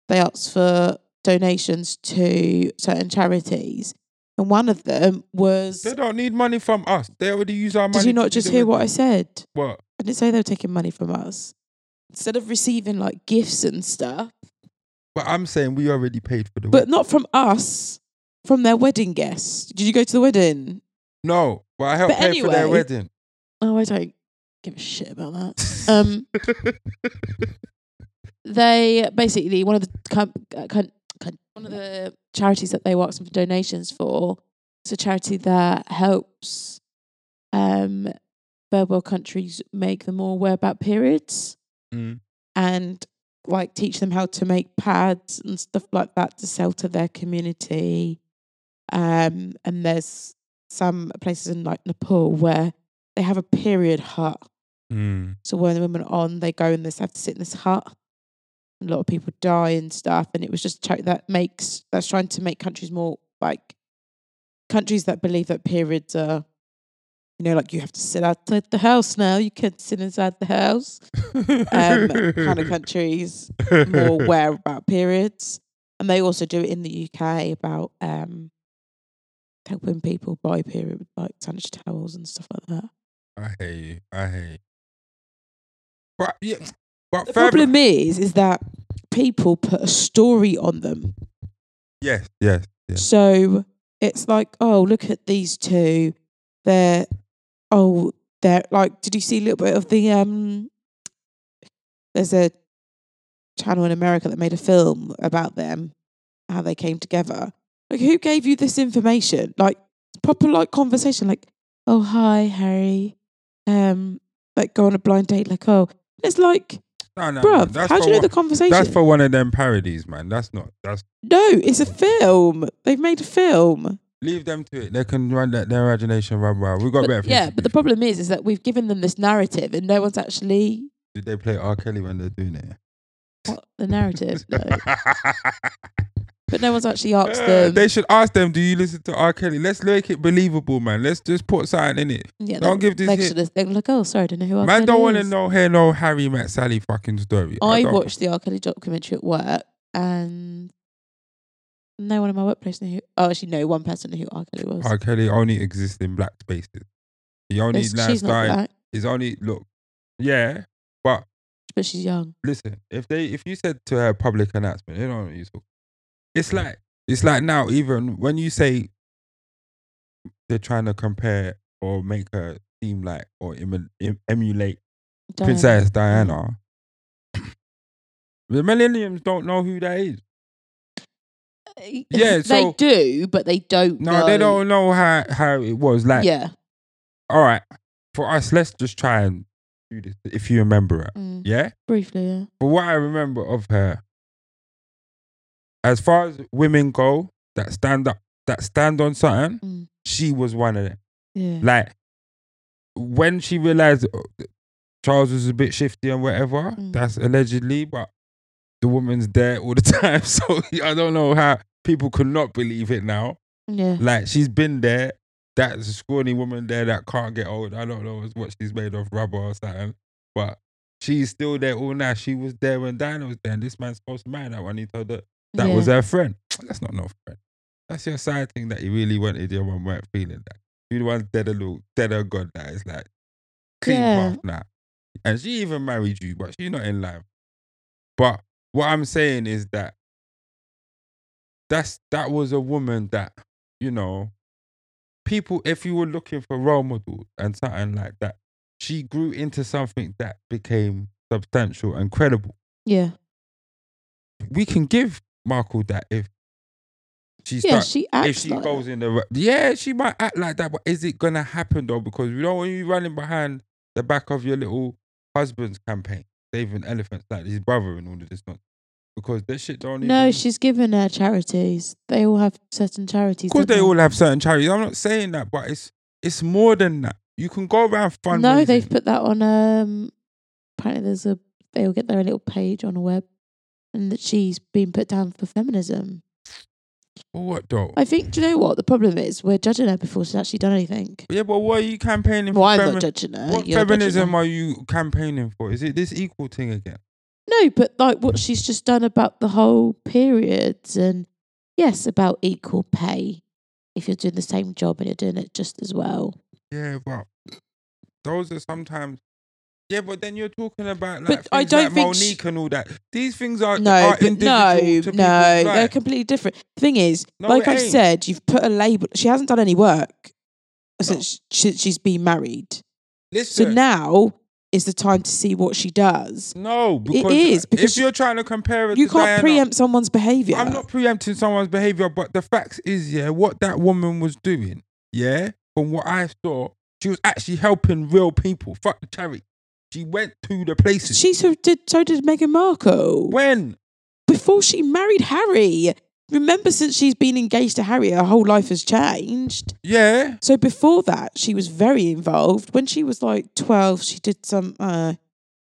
Speaker 2: They asked for donations to certain charities, and one of them was.
Speaker 1: They don't need money from us. They already use our money.
Speaker 2: Did you
Speaker 1: to do
Speaker 2: not just
Speaker 1: the
Speaker 2: hear
Speaker 1: work.
Speaker 2: what I said?
Speaker 1: What?
Speaker 2: I didn't say they were taking money from us. Instead of receiving like gifts and stuff,
Speaker 1: But I'm saying we already paid for the. work.
Speaker 2: but not from us, from their wedding guests. Did you go to the wedding?
Speaker 1: no, but I helped
Speaker 2: But
Speaker 1: pay for their
Speaker 2: anyway-
Speaker 1: wedding.
Speaker 2: Oh, I don't give a shit about that. Um, they basically one of the com- uh, con- con- one of the charities that they were asking for donations for. It's a charity that helps um, third world countries make them more aware about periods.
Speaker 1: Mm.
Speaker 2: and like teach them how to make pads and stuff like that to sell to their community. Um, and there's some places in like Nepal where they have a period hut.
Speaker 1: Mm.
Speaker 2: So when the women are on, they go and they have to sit in this hut. A lot of people die and stuff. And it was just a charity that makes that's trying to make countries more like countries that believe that periods are, you know, like you have to sit outside the house now. You can't sit inside the house um, kind of countries more aware about periods. And they also do it in the UK about um, helping people buy period like sanitary towels and stuff like that.
Speaker 1: I hate you. I hate you. But yeah, but
Speaker 2: The
Speaker 1: further-
Speaker 2: problem is, is that people put a story on them.
Speaker 1: Yes, yes, yes.
Speaker 2: So it's like, oh, look at these two. They're oh, they're like. Did you see a little bit of the um? There's a channel in America that made a film about them, how they came together. Like, who gave you this information? Like, proper like conversation. Like, oh hi Harry, um, like go on a blind date. Like, oh, it's like,
Speaker 1: No, no, no.
Speaker 2: bruv,
Speaker 1: That's
Speaker 2: how do
Speaker 1: for
Speaker 2: you know
Speaker 1: one,
Speaker 2: the conversation?
Speaker 1: That's for one of them parodies, man. That's not. That's
Speaker 2: no, it's a film. They've made a film.
Speaker 1: leave them to it. They can run that their imagination run wild. We got better.
Speaker 2: But,
Speaker 1: things
Speaker 2: yeah,
Speaker 1: to
Speaker 2: but
Speaker 1: do.
Speaker 2: the problem is, is that we've given them this narrative, and no one's actually
Speaker 1: Did they play R. Kelly when they're doing it?
Speaker 2: what the narrative. No. But no one's actually asked
Speaker 1: Uh,
Speaker 2: them.
Speaker 1: they should ask them. Do you listen to R. Kelly? Let's make it believable, man. Let's just put something in it.
Speaker 2: yeah,
Speaker 1: don't
Speaker 2: they-
Speaker 1: give this
Speaker 2: they
Speaker 1: hit.
Speaker 2: should have- They're like, oh, sorry, I don't know who. R.
Speaker 1: man, don't
Speaker 2: Kelly
Speaker 1: want to
Speaker 2: is."
Speaker 1: know hear no Harry Matt Sally fucking story.
Speaker 2: I
Speaker 1: don't.
Speaker 2: watched the R. Kelly documentary at work, and no one in my workplace knew. Who, oh, actually, no, one person knew who R. Kelly was.
Speaker 1: R. Kelly only exists in black spaces. He only
Speaker 2: It's- she's not
Speaker 1: lifestyle
Speaker 2: black,
Speaker 1: is only look. Yeah, but
Speaker 2: but she's young.
Speaker 1: listen, if they if you said to her public announcement, you know what you talk. It's
Speaker 2: Mm.
Speaker 1: like it's like now even when you say they're trying to compare or make her seem like or emu- em- emulate
Speaker 2: Diana. Mm.
Speaker 1: Princess Diana. The millenniums don't know who that is. Yeah, so-
Speaker 2: they do, but they don't.
Speaker 1: No,
Speaker 2: know.
Speaker 1: they don't know how how it was. Like,
Speaker 2: yeah.
Speaker 1: all right, for us, let's just try and do this. If you remember it,
Speaker 2: Mm,
Speaker 1: yeah.
Speaker 2: briefly, yeah.
Speaker 1: But what I remember of her, as far as women go that stand up, that stand on something,
Speaker 2: Mm,
Speaker 1: she was one of them.
Speaker 2: yeah.
Speaker 1: Like when she realized uh, Charles was a bit shifty and whatever.
Speaker 2: Mm.
Speaker 1: That's allegedly, but the woman's there all the time. So I don't know how people could not believe it now.
Speaker 2: Yeah.
Speaker 1: Like she's been there. That's a scrawny woman there that can't get old. I don't know what she's made of, rubber or something. But she's still there all now. She was there when Diana was there. And this man's supposed to marry that one. He told her that
Speaker 2: yeah.
Speaker 1: was her friend. That's not no friend. That's your side thing that you really wanted. Your one weren't feeling that. You the one's dead or look, dead or god that is like clean
Speaker 2: Yeah.
Speaker 1: path now. And she even married you, but she's not in love. But what I'm saying is that that's that was a woman that you know people. If you were looking for role models and something like that, she grew into something that became substantial and credible
Speaker 2: Yeah.
Speaker 1: we can give Markle that if she
Speaker 2: Yeah.
Speaker 1: starts
Speaker 2: She acts
Speaker 1: if she
Speaker 2: like
Speaker 1: goes in the ri- yeah she might act like that but is it gonna happen though because you know when you're running behind the back of your little husband's campaign saving elephants like his brother and all of this nonsense because that shit don't
Speaker 2: that. No,
Speaker 1: even-
Speaker 2: she's given her charities. They all have certain
Speaker 1: of
Speaker 2: charities.
Speaker 1: course
Speaker 2: don't
Speaker 1: they all have certain charities I'm not saying that but it's it's more than that you can go around fundraising
Speaker 2: No, they've put that on. Um, apparently, there's a they will get their little page on a web, and that she's been put down for feminism.
Speaker 1: for what though
Speaker 2: I think. Do you know what the problem is? We're judging her before she's actually done anything.
Speaker 1: yeah but what are you campaigning
Speaker 2: Well,
Speaker 1: for
Speaker 2: I'm
Speaker 1: femi-
Speaker 2: not judging her.
Speaker 1: what
Speaker 2: you're judging
Speaker 1: feminism
Speaker 2: her.
Speaker 1: are you campaigning for is it this equal thing again
Speaker 2: No, but like what she's just done about the whole periods and yes, about equal pay. If you're doing the same job and you're doing it just as well,
Speaker 1: Yeah, but those are sometimes. Yeah, but then you're talking about like
Speaker 2: But
Speaker 1: things
Speaker 2: I
Speaker 1: like
Speaker 2: don't think she-
Speaker 1: Monique and all that. These things are
Speaker 2: no,
Speaker 1: are
Speaker 2: but no,
Speaker 1: individual to
Speaker 2: no,
Speaker 1: people's
Speaker 2: they're
Speaker 1: life.
Speaker 2: completely different. Thing is,
Speaker 1: No,
Speaker 2: like
Speaker 1: it
Speaker 2: I've
Speaker 1: ain't.
Speaker 2: said, you've put a label. She hasn't done any work since she, she's been married. So
Speaker 1: Listen,
Speaker 2: now is the time to see what she does.
Speaker 1: no, because
Speaker 2: is,
Speaker 1: if
Speaker 2: because
Speaker 1: you're trying to compare it,
Speaker 2: You
Speaker 1: to
Speaker 2: can't
Speaker 1: Diana-
Speaker 2: preempt someone's behaviour.
Speaker 1: I'm not preempting someone's behavior, but the facts is, yeah, what that woman was doing, yeah, from what I saw, she was actually helping real people. Fuck the charity. She went to the places.
Speaker 2: She so did. So did Meghan Markle.
Speaker 1: when
Speaker 2: before she married Harry. Remember, since she's been engaged to Harry, her whole life has changed.
Speaker 1: yeah,
Speaker 2: So before that, she was very involved. When she was like twelve, she did some uh,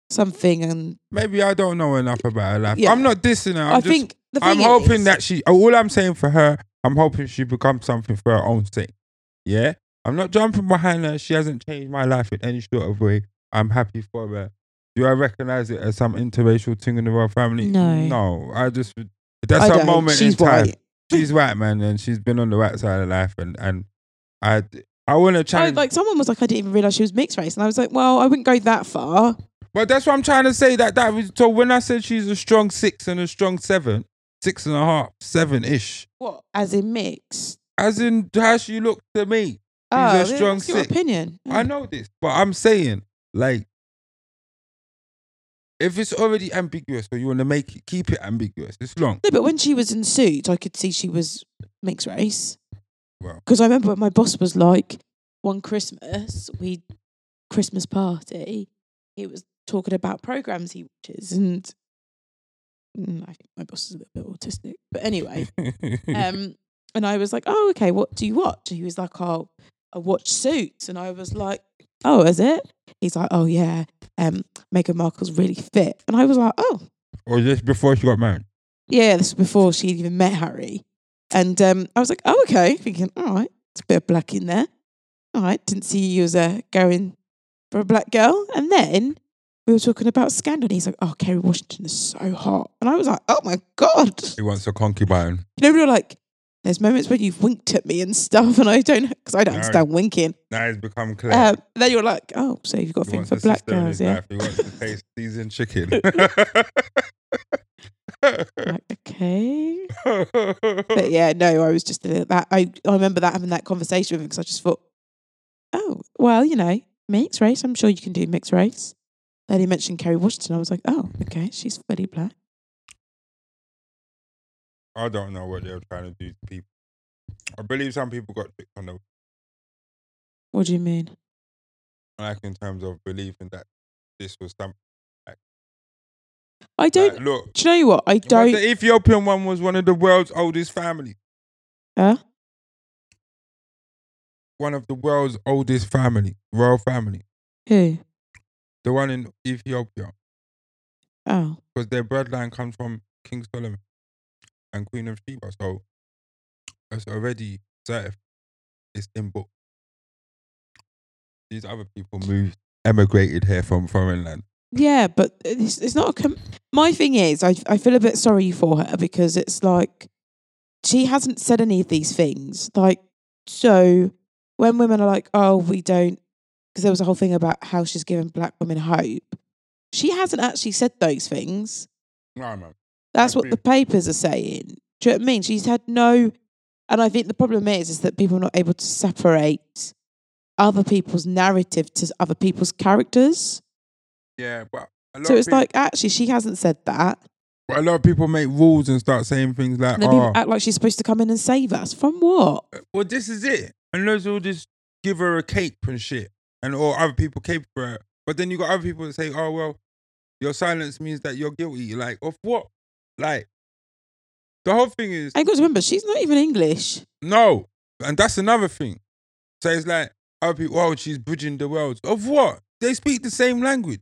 Speaker 2: something, and
Speaker 1: maybe I don't know enough about her life.
Speaker 2: Yeah.
Speaker 1: I'm not dissing her.
Speaker 2: i
Speaker 1: I'm just
Speaker 2: think the thing
Speaker 1: I'm
Speaker 2: is,
Speaker 1: hoping that she. oh, All I'm saying for her, I'm hoping she becomes something for her own sake. Yeah, I'm not jumping behind her. She hasn't changed my life in any sort of way. I'm happy for her. Do I recognize it as some interracial thing in the royal family?
Speaker 2: No.
Speaker 1: no. I just
Speaker 2: I
Speaker 1: that's her
Speaker 2: don't.
Speaker 1: moment
Speaker 2: She's
Speaker 1: in time.
Speaker 2: white.
Speaker 1: She's white, man, and she's been on the right side of life. And and I I want to
Speaker 2: I,
Speaker 1: challenge.
Speaker 2: like someone was like, I didn't even realize she was mixed race, and I was like, well, I wouldn't go that far.
Speaker 1: But that's what I'm trying to say. That that was, so when I said she's a strong six and a strong seven, six and a half, seven ish.
Speaker 2: What? As in mixed?
Speaker 1: As in how she looked to me.
Speaker 2: oh,
Speaker 1: a strong
Speaker 2: that's your
Speaker 1: six.
Speaker 2: opinion.
Speaker 1: I know this, but I'm saying, like, if it's already ambiguous, or you want to make it, keep it ambiguous. It's long.
Speaker 2: No, but when she was in suit, I could see she was mixed race.
Speaker 1: Wow.
Speaker 2: Because I remember my boss was like, one Christmas, we Christmas party, he was talking about programs he watches, and mm, I think my boss is a little bit autistic. But anyway, um, and I was like, oh, okay, what do you watch? And he was like, oh, I watch Suits, and I was like, oh, is it? He's like, oh yeah, um, Meghan Markle's really fit, and I was like, oh,
Speaker 1: or just before she got married.
Speaker 2: yeah, this was before she even met Harry. And um, I was like, oh, okay. Thinking, all right, it's a bit of black in there. All right, didn't see you as a going for a black girl. And then we were talking about Scandal. And he's like, oh, Kerry Washington is so hot. And I was like, oh my God.
Speaker 1: He wants a concubine.
Speaker 2: You know, we were like, there's moments when you've winked at me and stuff. And I don't, because I don't
Speaker 1: No.
Speaker 2: understand winking.
Speaker 1: Now it's become clear.
Speaker 2: Um, then you're like, oh, so you've got a
Speaker 1: He
Speaker 2: thing
Speaker 1: wants
Speaker 2: for
Speaker 1: a
Speaker 2: black
Speaker 1: sister in
Speaker 2: girls,
Speaker 1: his
Speaker 2: yeah?
Speaker 1: life. He wants to taste seasoned chicken.
Speaker 2: Like, okay. but yeah, no, I was just uh, that. I, I remember that having that conversation with him because I just thought, oh, well, you know, mixed race. I'm sure you can do mixed race. Then he mentioned Kerry Washington. I was like, oh, okay, she's fully black.
Speaker 1: I don't know what they're trying to do to people. I believe some people got tricked on the
Speaker 2: What do you mean?
Speaker 1: like in terms of believing that this was something.
Speaker 2: I don't.
Speaker 1: Like, look,
Speaker 2: do you know what? I
Speaker 1: Well,
Speaker 2: don't.
Speaker 1: the Ethiopian one was one of the world's oldest families.
Speaker 2: Huh?
Speaker 1: One of the world's oldest family, royal family.
Speaker 2: Who?
Speaker 1: the one in Ethiopia,
Speaker 2: Oh,
Speaker 1: because their bloodline comes from King Solomon and Queen of Sheba. So it's already certified. It's in book. These other people moved, emigrated here from foreign land.
Speaker 2: yeah, but it's, it's not a. Com- My thing is, I I feel a bit sorry for her because it's like she hasn't said any of these things. Like, so when women are like, "Oh, we don't," because there was a whole thing about how she's giving black women hope. She hasn't actually said those things.
Speaker 1: No, man.
Speaker 2: That's what
Speaker 1: agree.
Speaker 2: the papers are saying. Do you know what I mean? She's had no, and I think the problem is is that people are not able to separate other people's narrative to other people's characters.
Speaker 1: Yeah, but a lot
Speaker 2: So
Speaker 1: of
Speaker 2: it's
Speaker 1: people,
Speaker 2: like actually she hasn't said that.
Speaker 1: but a lot of people make rules and start saying things like,
Speaker 2: And then
Speaker 1: "Oh,
Speaker 2: people act like she's supposed to come in and save us from what?
Speaker 1: Uh, well, this is it. And those will just give her a cape and shit, and or other people cape for her. But then you got other people that say, "Oh well, your silence means that you're guilty." Like of what? Like the whole thing is
Speaker 2: I got to remember she's not even English.
Speaker 1: no, and that's another thing. So it's like other people, "Oh, she's bridging the worlds." Of what? They speak the same language.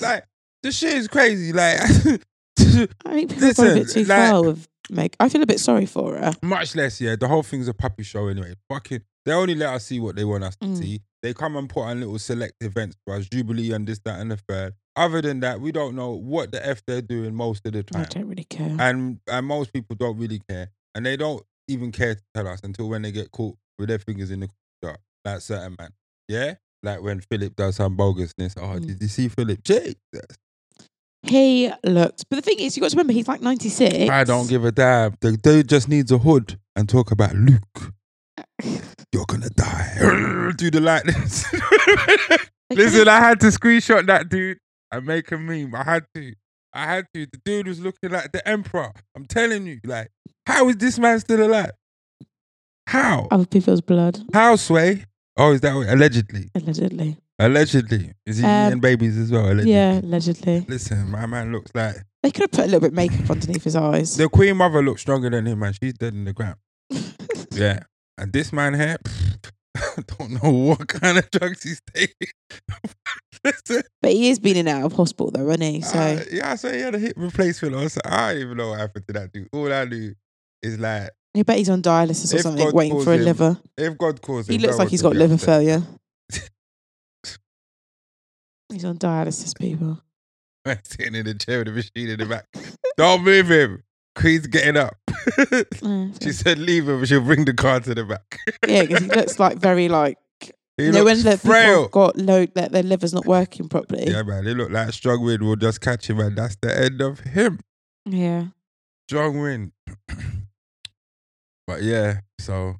Speaker 1: Like the shit is crazy. Like
Speaker 2: I think people have gone a bit
Speaker 1: Listen,
Speaker 2: too
Speaker 1: like-
Speaker 2: far with Meg. I feel a bit sorry for her.
Speaker 1: much less, yeah. The whole thing's a puppy show anyway. Fucking, they only let us see what they want us to
Speaker 2: Mm.
Speaker 1: see. They come and put on little select events for us, Jubilee and this, that, and the third. Other than that, we don't know what the f they're doing most of the
Speaker 2: I
Speaker 1: time,
Speaker 2: don't really care.
Speaker 1: and and most people don't really care, and they don't even care to tell us until when they get caught with their fingers in the jar, like certain man, yeah. Like when Philip does some bogusness. Oh,
Speaker 2: Mm.
Speaker 1: did you see Philip? Jesus.
Speaker 2: he looked, but the thing is, you got to remember he's like ninety six.
Speaker 1: I don't give a damn. The dude just needs a hood and talk about Luke. You're gonna die. Do the lightness. Listen, I had to screenshot that dude and make a meme. I had to. I had to. The dude was looking like the emperor. I'm telling you, like, how is this man still alive? How?
Speaker 2: Other people's blood,
Speaker 1: How sway? Oh, is that what, allegedly?
Speaker 2: allegedly.
Speaker 1: Allegedly, is he
Speaker 2: Um,
Speaker 1: eating babies as well? Allegedly.
Speaker 2: Yeah, allegedly.
Speaker 1: Listen, my man looks like
Speaker 2: They could have put a little bit of makeup underneath his eyes.
Speaker 1: the queen mother looks stronger than him, man. She's dead in the ground. Yeah. And this man here, I don't know what kind of drugs he's taking. Listen,
Speaker 2: but he is been in and out of hospital though, isn't he? So
Speaker 1: uh, yeah, so he had a hip replacement. or so- I don't even know what happened to that dude. All I knew is like,
Speaker 2: I bet he's on dialysis or
Speaker 1: if
Speaker 2: something,
Speaker 1: God
Speaker 2: waiting
Speaker 1: calls
Speaker 2: for a
Speaker 1: him,
Speaker 2: liver.
Speaker 1: if God caused it,
Speaker 2: He looks like he's got liver failure. he's on dialysis, people.
Speaker 1: Sitting in the chair with the machine in the back. don't move him. Queen's getting up.
Speaker 2: Yeah,
Speaker 1: she said, leave him. She'll bring the car to the back.
Speaker 2: because he looks like very like.
Speaker 1: He
Speaker 2: you know, when
Speaker 1: looks
Speaker 2: the people
Speaker 1: frail.
Speaker 2: have got low, that their liver's not working properly.
Speaker 1: Yeah, man. They look like strong wind will just catch him, and that's the end of him.
Speaker 2: yeah.
Speaker 1: strong win. but yeah, so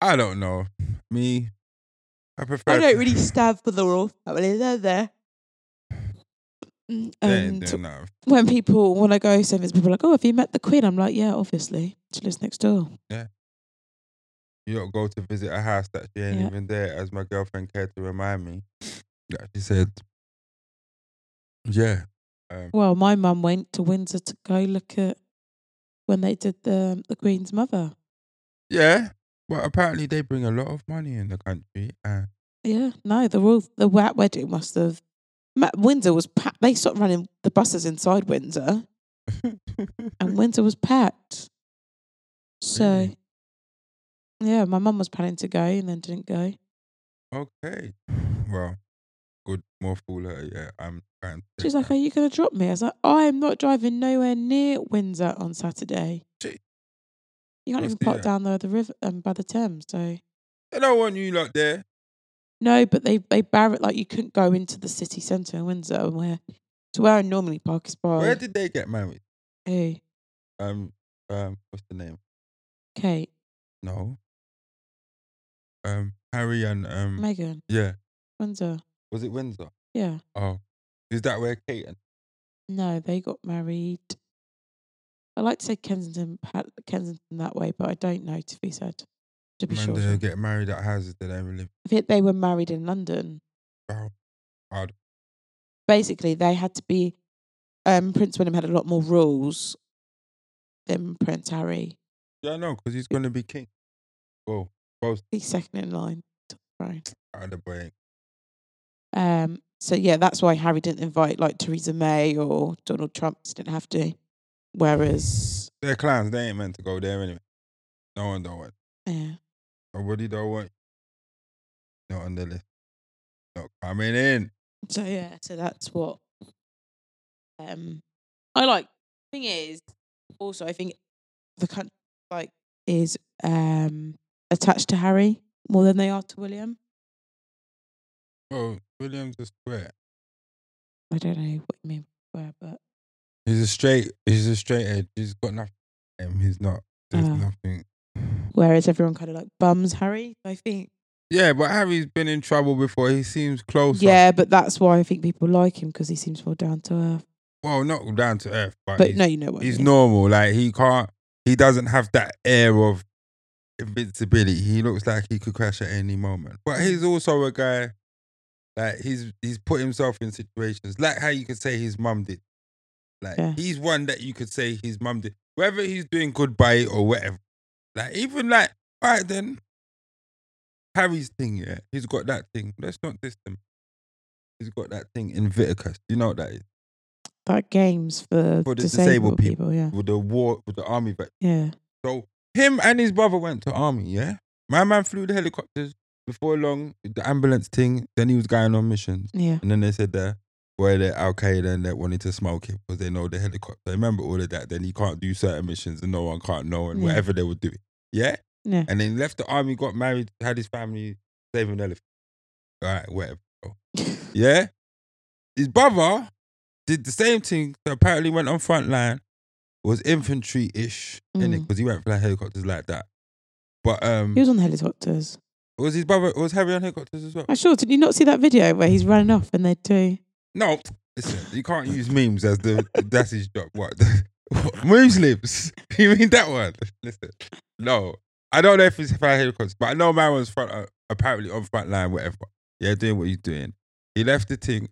Speaker 1: I don't know. Me, I prefer.
Speaker 2: I don't
Speaker 1: to-
Speaker 2: really stand for the royal family. They're there. Mm,
Speaker 1: They ain't
Speaker 2: And
Speaker 1: doing nothing.
Speaker 2: when people when I go, so there's people like, "Oh, have you met the Queen?" I'm like, "Yeah, obviously. She lives next door."
Speaker 1: You don't go to visit a house that she ain't
Speaker 2: Yeah.
Speaker 1: even there, as my girlfriend cared to remind me. That she said, "Yeah, um,
Speaker 2: Well, my mum went to Windsor to go look at when they did the the Queen's mother.
Speaker 1: yeah." But apparently, they bring a lot of money in the country, and
Speaker 2: Yeah, no, the royal the wa- wedding must have. Ma- Windsor was packed. They stopped running the buses inside Windsor, and Windsor was packed. So,
Speaker 1: Really?
Speaker 2: yeah, my mum was planning to go and then didn't go.
Speaker 1: okay, well, good, more fool her. Yeah, I'm. trying to
Speaker 2: She's
Speaker 1: take
Speaker 2: like, "Are you going to drop me?" I was like, "I'm not driving nowhere near Windsor on Saturday.
Speaker 1: Gee.
Speaker 2: You can't
Speaker 1: What's
Speaker 2: even
Speaker 1: the,
Speaker 2: park
Speaker 1: uh,
Speaker 2: down the the river um, by the Thames." So
Speaker 1: that. They don't want you lot there.
Speaker 2: no, but they they bar it like you couldn't go into the city centre in Windsor and where to where I normally park is by
Speaker 1: Where did they get married?
Speaker 2: hey,
Speaker 1: Um, um, what's the name?
Speaker 2: Kate,
Speaker 1: No. Um, Harry and um,
Speaker 2: Megan,
Speaker 1: yeah,
Speaker 2: Windsor.
Speaker 1: was it Windsor?
Speaker 2: Yeah,
Speaker 1: Oh, is that where Kate and
Speaker 2: no, they got married. I like to say Kensington, Pa- Kensington that way, but I don't know to be said. To be
Speaker 1: Man,
Speaker 2: sure,
Speaker 1: they
Speaker 2: sure.
Speaker 1: get married at houses that they don't live?
Speaker 2: I think they were married in London.
Speaker 1: Oh, hard.
Speaker 2: basically they had to be um Prince William had a lot more rules than Prince Harry.
Speaker 1: Yeah, no, because he's gonna be king. Well, both
Speaker 2: He's second in line to the throne.
Speaker 1: out of the brain.
Speaker 2: Um So yeah, that's why Harry didn't invite like Theresa May or Donald Trump. 'cause He didn't have to. Whereas,
Speaker 1: They're clowns. They ain't meant to go there anyway. No one don't want.
Speaker 2: yeah,
Speaker 1: Nobody don't want. Not on the list. Not coming in.
Speaker 2: so yeah, so that's what. Um, I like. Thing is, also I think the country like is um attached to Harry more than they are to William.
Speaker 1: Oh, William's a square.
Speaker 2: I don't know what you mean where, but
Speaker 1: He's a straight. He's a straight edge. He's got nothing. Um, he's not. There's
Speaker 2: Ah.
Speaker 1: nothing.
Speaker 2: whereas everyone kind of like bums Harry. I think.
Speaker 1: Yeah, but Harry's been in trouble before. He seems closer.
Speaker 2: Yeah, but that's why I think people like him because he seems more down to earth.
Speaker 1: Well, not down to earth, but,
Speaker 2: But
Speaker 1: he's,
Speaker 2: no, you know what I
Speaker 1: he's
Speaker 2: mean.
Speaker 1: normal. Like he can't. He doesn't have that air of invincibility. He looks like he could crash at any moment. But he's also a guy. Like he's he's put himself in situations like how you could say his mum did. Like
Speaker 2: Yeah.
Speaker 1: he's one that you could say his mum did. Whether he's doing good by it or whatever. Like even like all right then. Harry's thing, yeah, he's got that thing. Let's not diss him. He's got that thing in Viticus. You know what that is?
Speaker 2: That games for,
Speaker 1: For the
Speaker 2: disabled,
Speaker 1: disabled
Speaker 2: people. Yeah,
Speaker 1: with the war with the army vet.
Speaker 2: yeah,
Speaker 1: So him and his brother went to army, yeah? My man flew the helicopters before long, the ambulance thing, then he was going on missions.
Speaker 2: yeah.
Speaker 1: And then they said that where the Al Qaeda and that wanted to smoke him because they know the helicopter. Remember all of that. Then he can't do certain missions and no one can't know and
Speaker 2: Yeah.
Speaker 1: whatever they were doing. Yeah?
Speaker 2: Yeah.
Speaker 1: And then he left the army, got married, had his family, saving elephant. All right, whatever. Mm. Yeah. His brother did the same thing. So apparently went on front line, was infantry ish, in it
Speaker 2: Mm.
Speaker 1: because he went fly helicopters like that. But um,
Speaker 2: he
Speaker 1: was,
Speaker 2: was on helicopters.
Speaker 1: his brother was Harry on helicopters as well?
Speaker 2: I sure did you not see that video where he's running off and they do.
Speaker 1: No, listen, you can't use memes as the that's his job. What? Muslims? You mean that one? Listen, no, I don't know if it's fly helicopters, but I know man was front uh, apparently on front line, whatever. Yeah, doing what he's doing. He left the thing,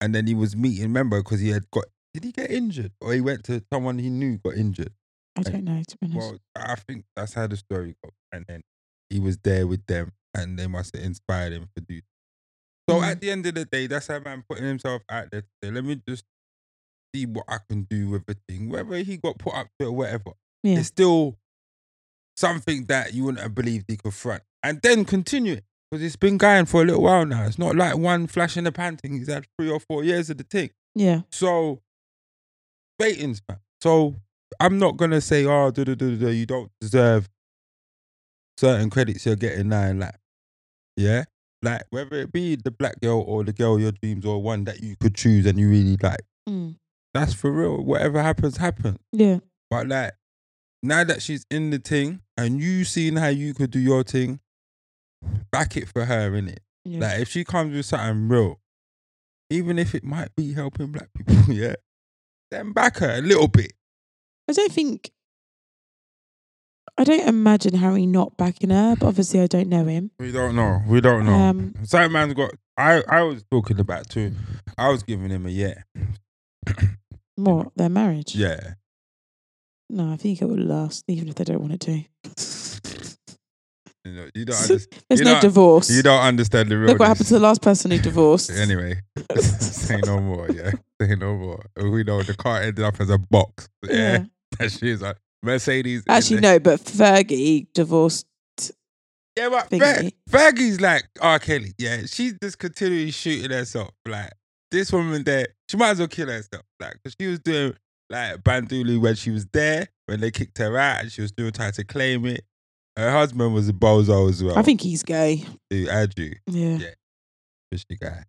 Speaker 1: and then he was meeting. Remember, because he had got did he get injured or he went to someone he knew got injured?
Speaker 2: I don't know to be honest.
Speaker 1: Well, I think that's how the story goes. And then he was there with them, and they must have inspired him to do. So
Speaker 2: Mm.
Speaker 1: at the end of the day, that's how man putting himself out there. to say, Let me just see what I can do with the thing, whether he got put up to it or whatever.
Speaker 2: Yeah.
Speaker 1: It's still something that you wouldn't have believed he could front, and then continue it because it's been going for a little while now. It's not like one flash in the pan thing. He's had three or four years of the thing.
Speaker 2: yeah,
Speaker 1: So, ratings, man. So, I'm not gonna say, oh, duh, duh, duh, duh, duh, you don't deserve certain credits you're getting now in life. Yeah, like whether it be the black girl or the girl of your dreams or one that you could choose and you really like.
Speaker 2: mm.
Speaker 1: That's for real. Whatever happens, happens.
Speaker 2: yeah,
Speaker 1: But like now that she's in the thing and you seen how you could do your thing, back it for her, innit?
Speaker 2: yeah.
Speaker 1: Like if she comes with something real, even if it might be helping black people, yeah, then back her a little bit.
Speaker 2: I don't think. I don't imagine Harry not backing her, but obviously I don't know him.
Speaker 1: We don't know. We don't know.
Speaker 2: Um,
Speaker 1: Certain man's got. I I was talking about too. I was giving him a yeah,
Speaker 2: What their marriage?
Speaker 1: yeah.
Speaker 2: No, I think it will last, even if they don't want it to.
Speaker 1: You know, you don't. Under,
Speaker 2: There's
Speaker 1: You
Speaker 2: no
Speaker 1: know-
Speaker 2: divorce.
Speaker 1: you don't understand the real.
Speaker 2: Look what happened to the last person who divorced.
Speaker 1: Anyway, say no more. Yeah, say no more. We know the car ended up as a box. Yeah,
Speaker 2: Yeah.
Speaker 1: that she's like Mercedes. in
Speaker 2: Actually,
Speaker 1: the-
Speaker 2: no, but Fergie divorced.
Speaker 1: Yeah, but
Speaker 2: thingy.
Speaker 1: Fer- Fergie's like R. Kelly. Yeah, she's just continually shooting herself. Like this woman there, she might as well kill herself. Like 'cause she was doing like bandulu when she was there when they kicked her out, and she was still trying to claim it. Her husband was a bozo as well.
Speaker 2: I think he's gay.
Speaker 1: too, Andrew,
Speaker 2: Yeah.
Speaker 1: Oh. Yeah. fishy guy,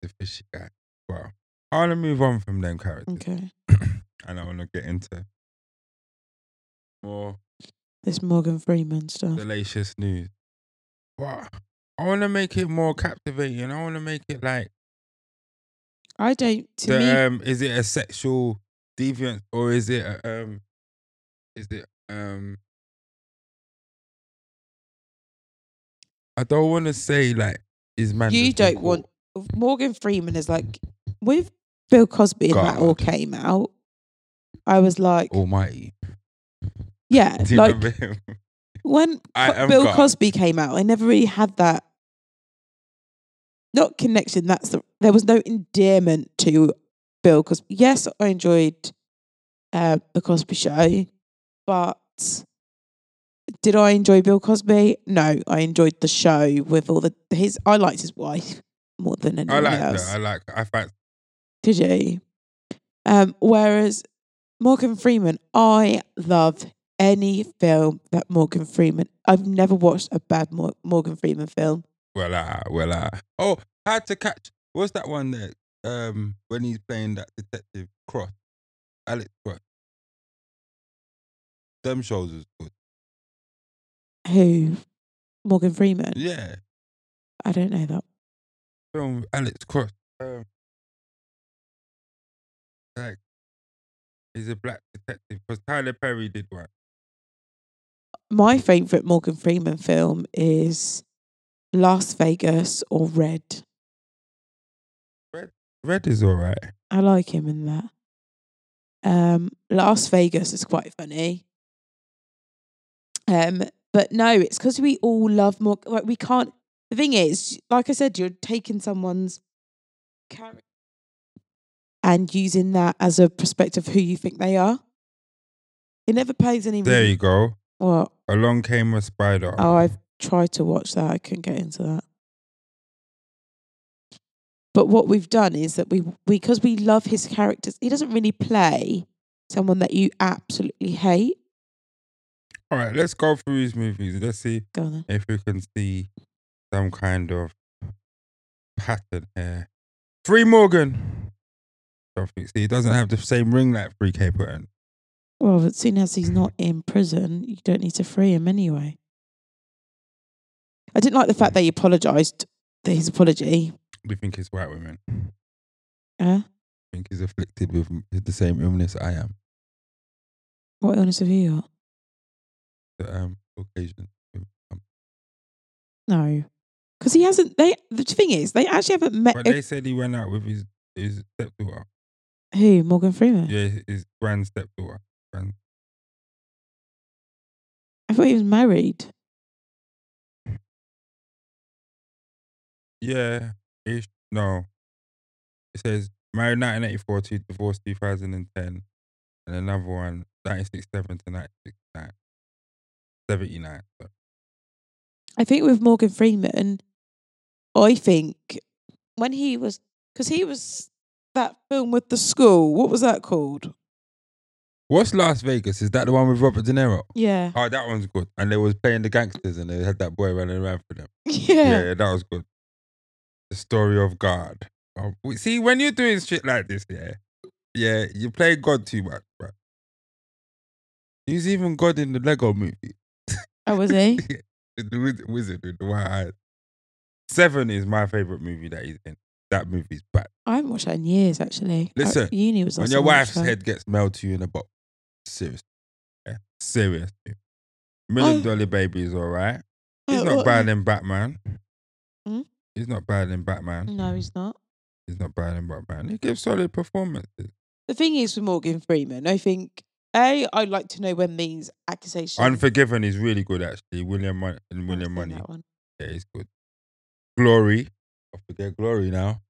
Speaker 1: the fishy guy. Wow. I want to move on from them characters,
Speaker 2: Okay.
Speaker 1: and I want to get into more
Speaker 2: This Morgan Freeman stuff.
Speaker 1: the latest news. But I want to make it more captivating. I want to make it like,
Speaker 2: I don't. To
Speaker 1: the,
Speaker 2: me,
Speaker 1: um, is it a sexual deviance or is it a, um, is it um? I don't want to say like is man.
Speaker 2: You
Speaker 1: just been
Speaker 2: don't
Speaker 1: caught?
Speaker 2: want- Morgan Freeman is like with Bill Cosby and that all
Speaker 1: God.
Speaker 2: came out. I was like,
Speaker 1: Almighty.
Speaker 2: yeah,
Speaker 1: Do you
Speaker 2: like
Speaker 1: remember him?
Speaker 2: when
Speaker 1: I
Speaker 2: Co-
Speaker 1: am
Speaker 2: Bill
Speaker 1: God.
Speaker 2: Cosby came out, I never really had that not connection. That's the there was no endearment to Bill Cosby. Yes, I enjoyed uh, the Cosby Show, but did I enjoy Bill Cosby? No, I enjoyed the show with all the his. I liked his wife more than
Speaker 1: I
Speaker 2: anyone
Speaker 1: like that.
Speaker 2: else.
Speaker 1: I like. I fact.
Speaker 2: Did you? Um, whereas Morgan Freeman, I love any film that Morgan Freeman. I've never watched a bad Mor- Morgan Freeman film.
Speaker 1: Well, I. Well, I. Oh, how to catch? What's that one that um when he's playing that detective Cross, Alex Cross. Them shows was good.
Speaker 2: Who? Morgan Freeman.
Speaker 1: Yeah,
Speaker 2: I don't know that.
Speaker 1: film with Alex Cross. Um, like, he's a black detective because Tyler Perry did one.
Speaker 2: My favorite Morgan Freeman film is Las Vegas or Red.
Speaker 1: Red is alright.
Speaker 2: I like him in that. Um, Las Vegas is quite funny. Um, but no, it's because we all love more. Like we can't. The thing is, like I said, you're taking someone's character and using that as a perspective of who you think they are. It never plays any.
Speaker 1: There you go.
Speaker 2: What?
Speaker 1: Along came a spider.
Speaker 2: Mm-hmm. Oh, I've tried to watch that. I couldn't get into that. But what we've done is that we, because we love his characters, he doesn't really play someone that you absolutely hate.
Speaker 1: All right, let's go through his movies. Let's see
Speaker 2: Go on then.
Speaker 1: if we can see some kind of pattern here. Free Morgan. Don't think see, he doesn't have the same ring like Free K Burton.
Speaker 2: Well, as soon as he's not in prison, you don't need to free him anyway. I didn't like the fact that he apologised. that His apology.
Speaker 1: We think he's white women.
Speaker 2: Uh,
Speaker 1: think he's afflicted with the same illness I am.
Speaker 2: what illness have you got?
Speaker 1: The um, Caucasian. Um,
Speaker 2: No, because he hasn't. They the thing is, they actually haven't met.
Speaker 1: But they said he went out with his his stepdaughter.
Speaker 2: who Morgan Freeman?
Speaker 1: Yeah, his grand stepdaughter. Grand.
Speaker 2: I thought he was married.
Speaker 1: Yeah, ish. No. It says married 1984 to divorce 2010, and another one 1967 to 1969. 79. sorry.
Speaker 2: I think with Morgan Freeman, I think when he was because he was that film with the school. What was that called?
Speaker 1: What's Las Vegas? Is that the one with Robert De Niro?
Speaker 2: Yeah,
Speaker 1: Oh, that one's good. And they was playing the gangsters, and they had that boy running around for them. Yeah,
Speaker 2: yeah.
Speaker 1: yeah, that was good. The story of God. Oh, we- see, when you're doing shit like this, yeah, yeah, you play God too much, bro. He's even God in the Lego movie.
Speaker 2: Oh, was he?
Speaker 1: With the wiz- wizard with the white eyes. Seven is my favorite movie that he's in. That movie's bad.
Speaker 2: I haven't watched that in years, actually. I-
Speaker 1: Listen,
Speaker 2: uni was
Speaker 1: When
Speaker 2: last
Speaker 1: your
Speaker 2: time I
Speaker 1: wife's
Speaker 2: watched that.
Speaker 1: head gets mailed to you in a box. Serious. Yeah. Serious. Million
Speaker 2: Oh.
Speaker 1: Dollar Baby is all right. He's
Speaker 2: Oh,
Speaker 1: not
Speaker 2: what-
Speaker 1: bad in Batman.
Speaker 2: Hmm?
Speaker 1: He's not bad in Batman.
Speaker 2: No, he's not.
Speaker 1: He's not bad in Batman. He gives solid performances.
Speaker 2: The thing is with Morgan Freeman, I think a I'd like to know when these accusations.
Speaker 1: Unforgiven is really good actually. William Mon- and
Speaker 2: I haven't
Speaker 1: William
Speaker 2: seen
Speaker 1: Money.
Speaker 2: that one.
Speaker 1: Yeah, he's good. Glory. I forget Glory now.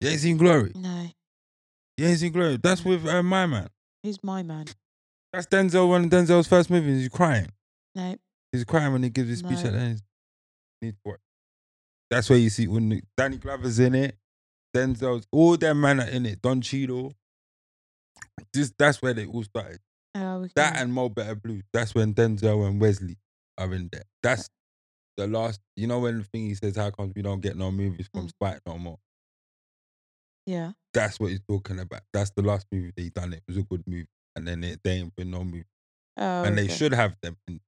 Speaker 1: Yeah, he's in Glory.
Speaker 2: No,
Speaker 1: Yeah, he's in Glory.
Speaker 2: Mm.
Speaker 1: That's with uh, my man.
Speaker 2: who's my man?
Speaker 1: That's Denzel. One of Denzel's first movies. He's crying.
Speaker 2: No,
Speaker 1: He's crying when he gives his speech
Speaker 2: No.
Speaker 1: at the end. Need to watch. That's where you see when Danny Glover's in it. Denzel's all them man are in it. Don Cheadle. This that's where they all started.
Speaker 2: oh, we
Speaker 1: That
Speaker 2: can-
Speaker 1: and Mo Better Blues. That's when Denzel and Wesley are in there. That's the last. You know when the thing he says, "How comes we don't get no movies from
Speaker 2: Mm.
Speaker 1: Spike no more?"
Speaker 2: yeah.
Speaker 1: That's what he's talking about. That's the last movie they done. It was a good movie, and then it, they ain't been no movie.
Speaker 2: Oh,
Speaker 1: and they
Speaker 2: okay.
Speaker 1: should have them in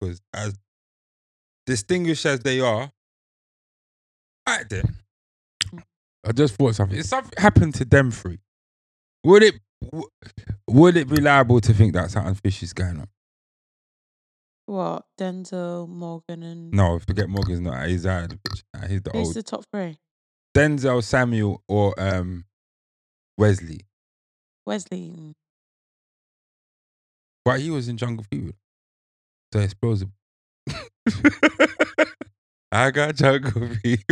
Speaker 1: because as distinguished as they are, I did. I just thought something. If something happened to them three, would it w- would it be liable to think that something fishy is going on?
Speaker 2: What Denzel, Morgan, and
Speaker 1: No, forget Morgan's not. He's out of the picture. now. He's the
Speaker 2: Who's
Speaker 1: old
Speaker 2: the top three?
Speaker 1: Denzel, Samuel, or um Wesley.
Speaker 2: Wesley. and-
Speaker 1: But he was in Jungle Fever, so it's plausible. I got Jungle Fever.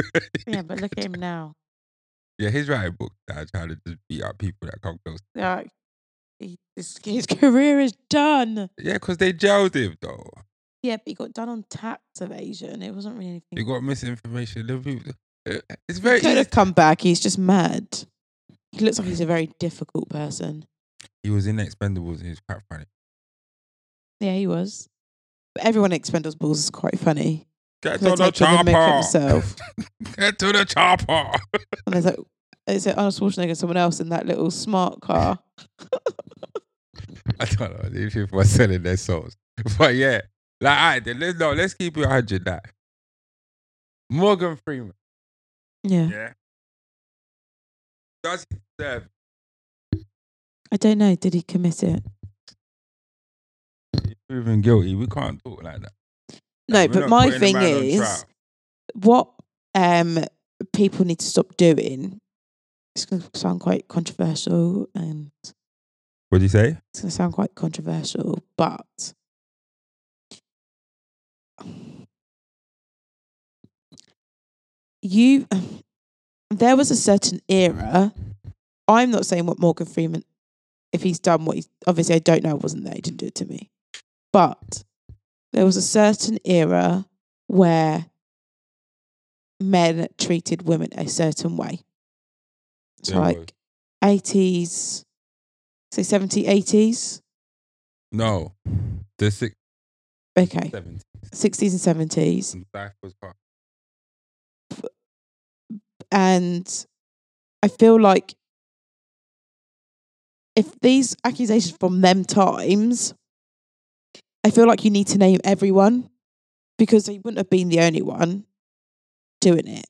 Speaker 2: Yeah, but look at him now.
Speaker 1: Yeah, he's writing books now, trying to just beat up people that come close.
Speaker 2: Yeah, he, his, his career is done.
Speaker 1: Yeah, because they jailed him though.
Speaker 2: Yeah, but he got done on tax evasion. It wasn't really
Speaker 1: He
Speaker 2: anything.
Speaker 1: got misinformation. Them people- Uh, It's very.
Speaker 2: He could
Speaker 1: easy.
Speaker 2: have come back. He's just mad. He looks like he's a very difficult person.
Speaker 1: He was in Expendables and he was quite funny.
Speaker 2: Yeah, he was. But everyone at Expendables is quite funny.
Speaker 1: Get to
Speaker 2: They're
Speaker 1: the
Speaker 2: taking the mick at
Speaker 1: chopper.
Speaker 2: himself.
Speaker 1: Get to the chopper.
Speaker 2: And there's like, is it Arnold Schwarzenegger and someone else in that little smart car?
Speaker 1: I don't know. These people are selling their souls. But yeah, like, all right, then let's no, let's keep it 100 that. Morgan Freeman.
Speaker 2: Yeah.
Speaker 1: Yeah. Does he deserve?
Speaker 2: I don't know. Did he commit it?
Speaker 1: He's proven guilty. We can't talk like that.
Speaker 2: No,
Speaker 1: Like, we're
Speaker 2: but
Speaker 1: not
Speaker 2: my
Speaker 1: putting a
Speaker 2: thing
Speaker 1: man on
Speaker 2: is
Speaker 1: trial.
Speaker 2: what um people need to stop doing. It's going to sound quite controversial and
Speaker 1: What'd you say?
Speaker 2: it's going to sound quite controversial, but you, there was a certain era. I'm not saying what Morgan Freeman, if he's done what he's obviously, I don't know, I wasn't there, he didn't do it to me, but there was a certain era where men treated women a certain way. So,
Speaker 1: There
Speaker 2: like, 80s, say 70, 80s.
Speaker 1: No. The six
Speaker 2: Okay.
Speaker 1: seventies.
Speaker 2: 60s and 70s.
Speaker 1: Life was hard.
Speaker 2: And I feel like if these accusations from them times, I feel like you need to name everyone because he wouldn't have been the only one doing it.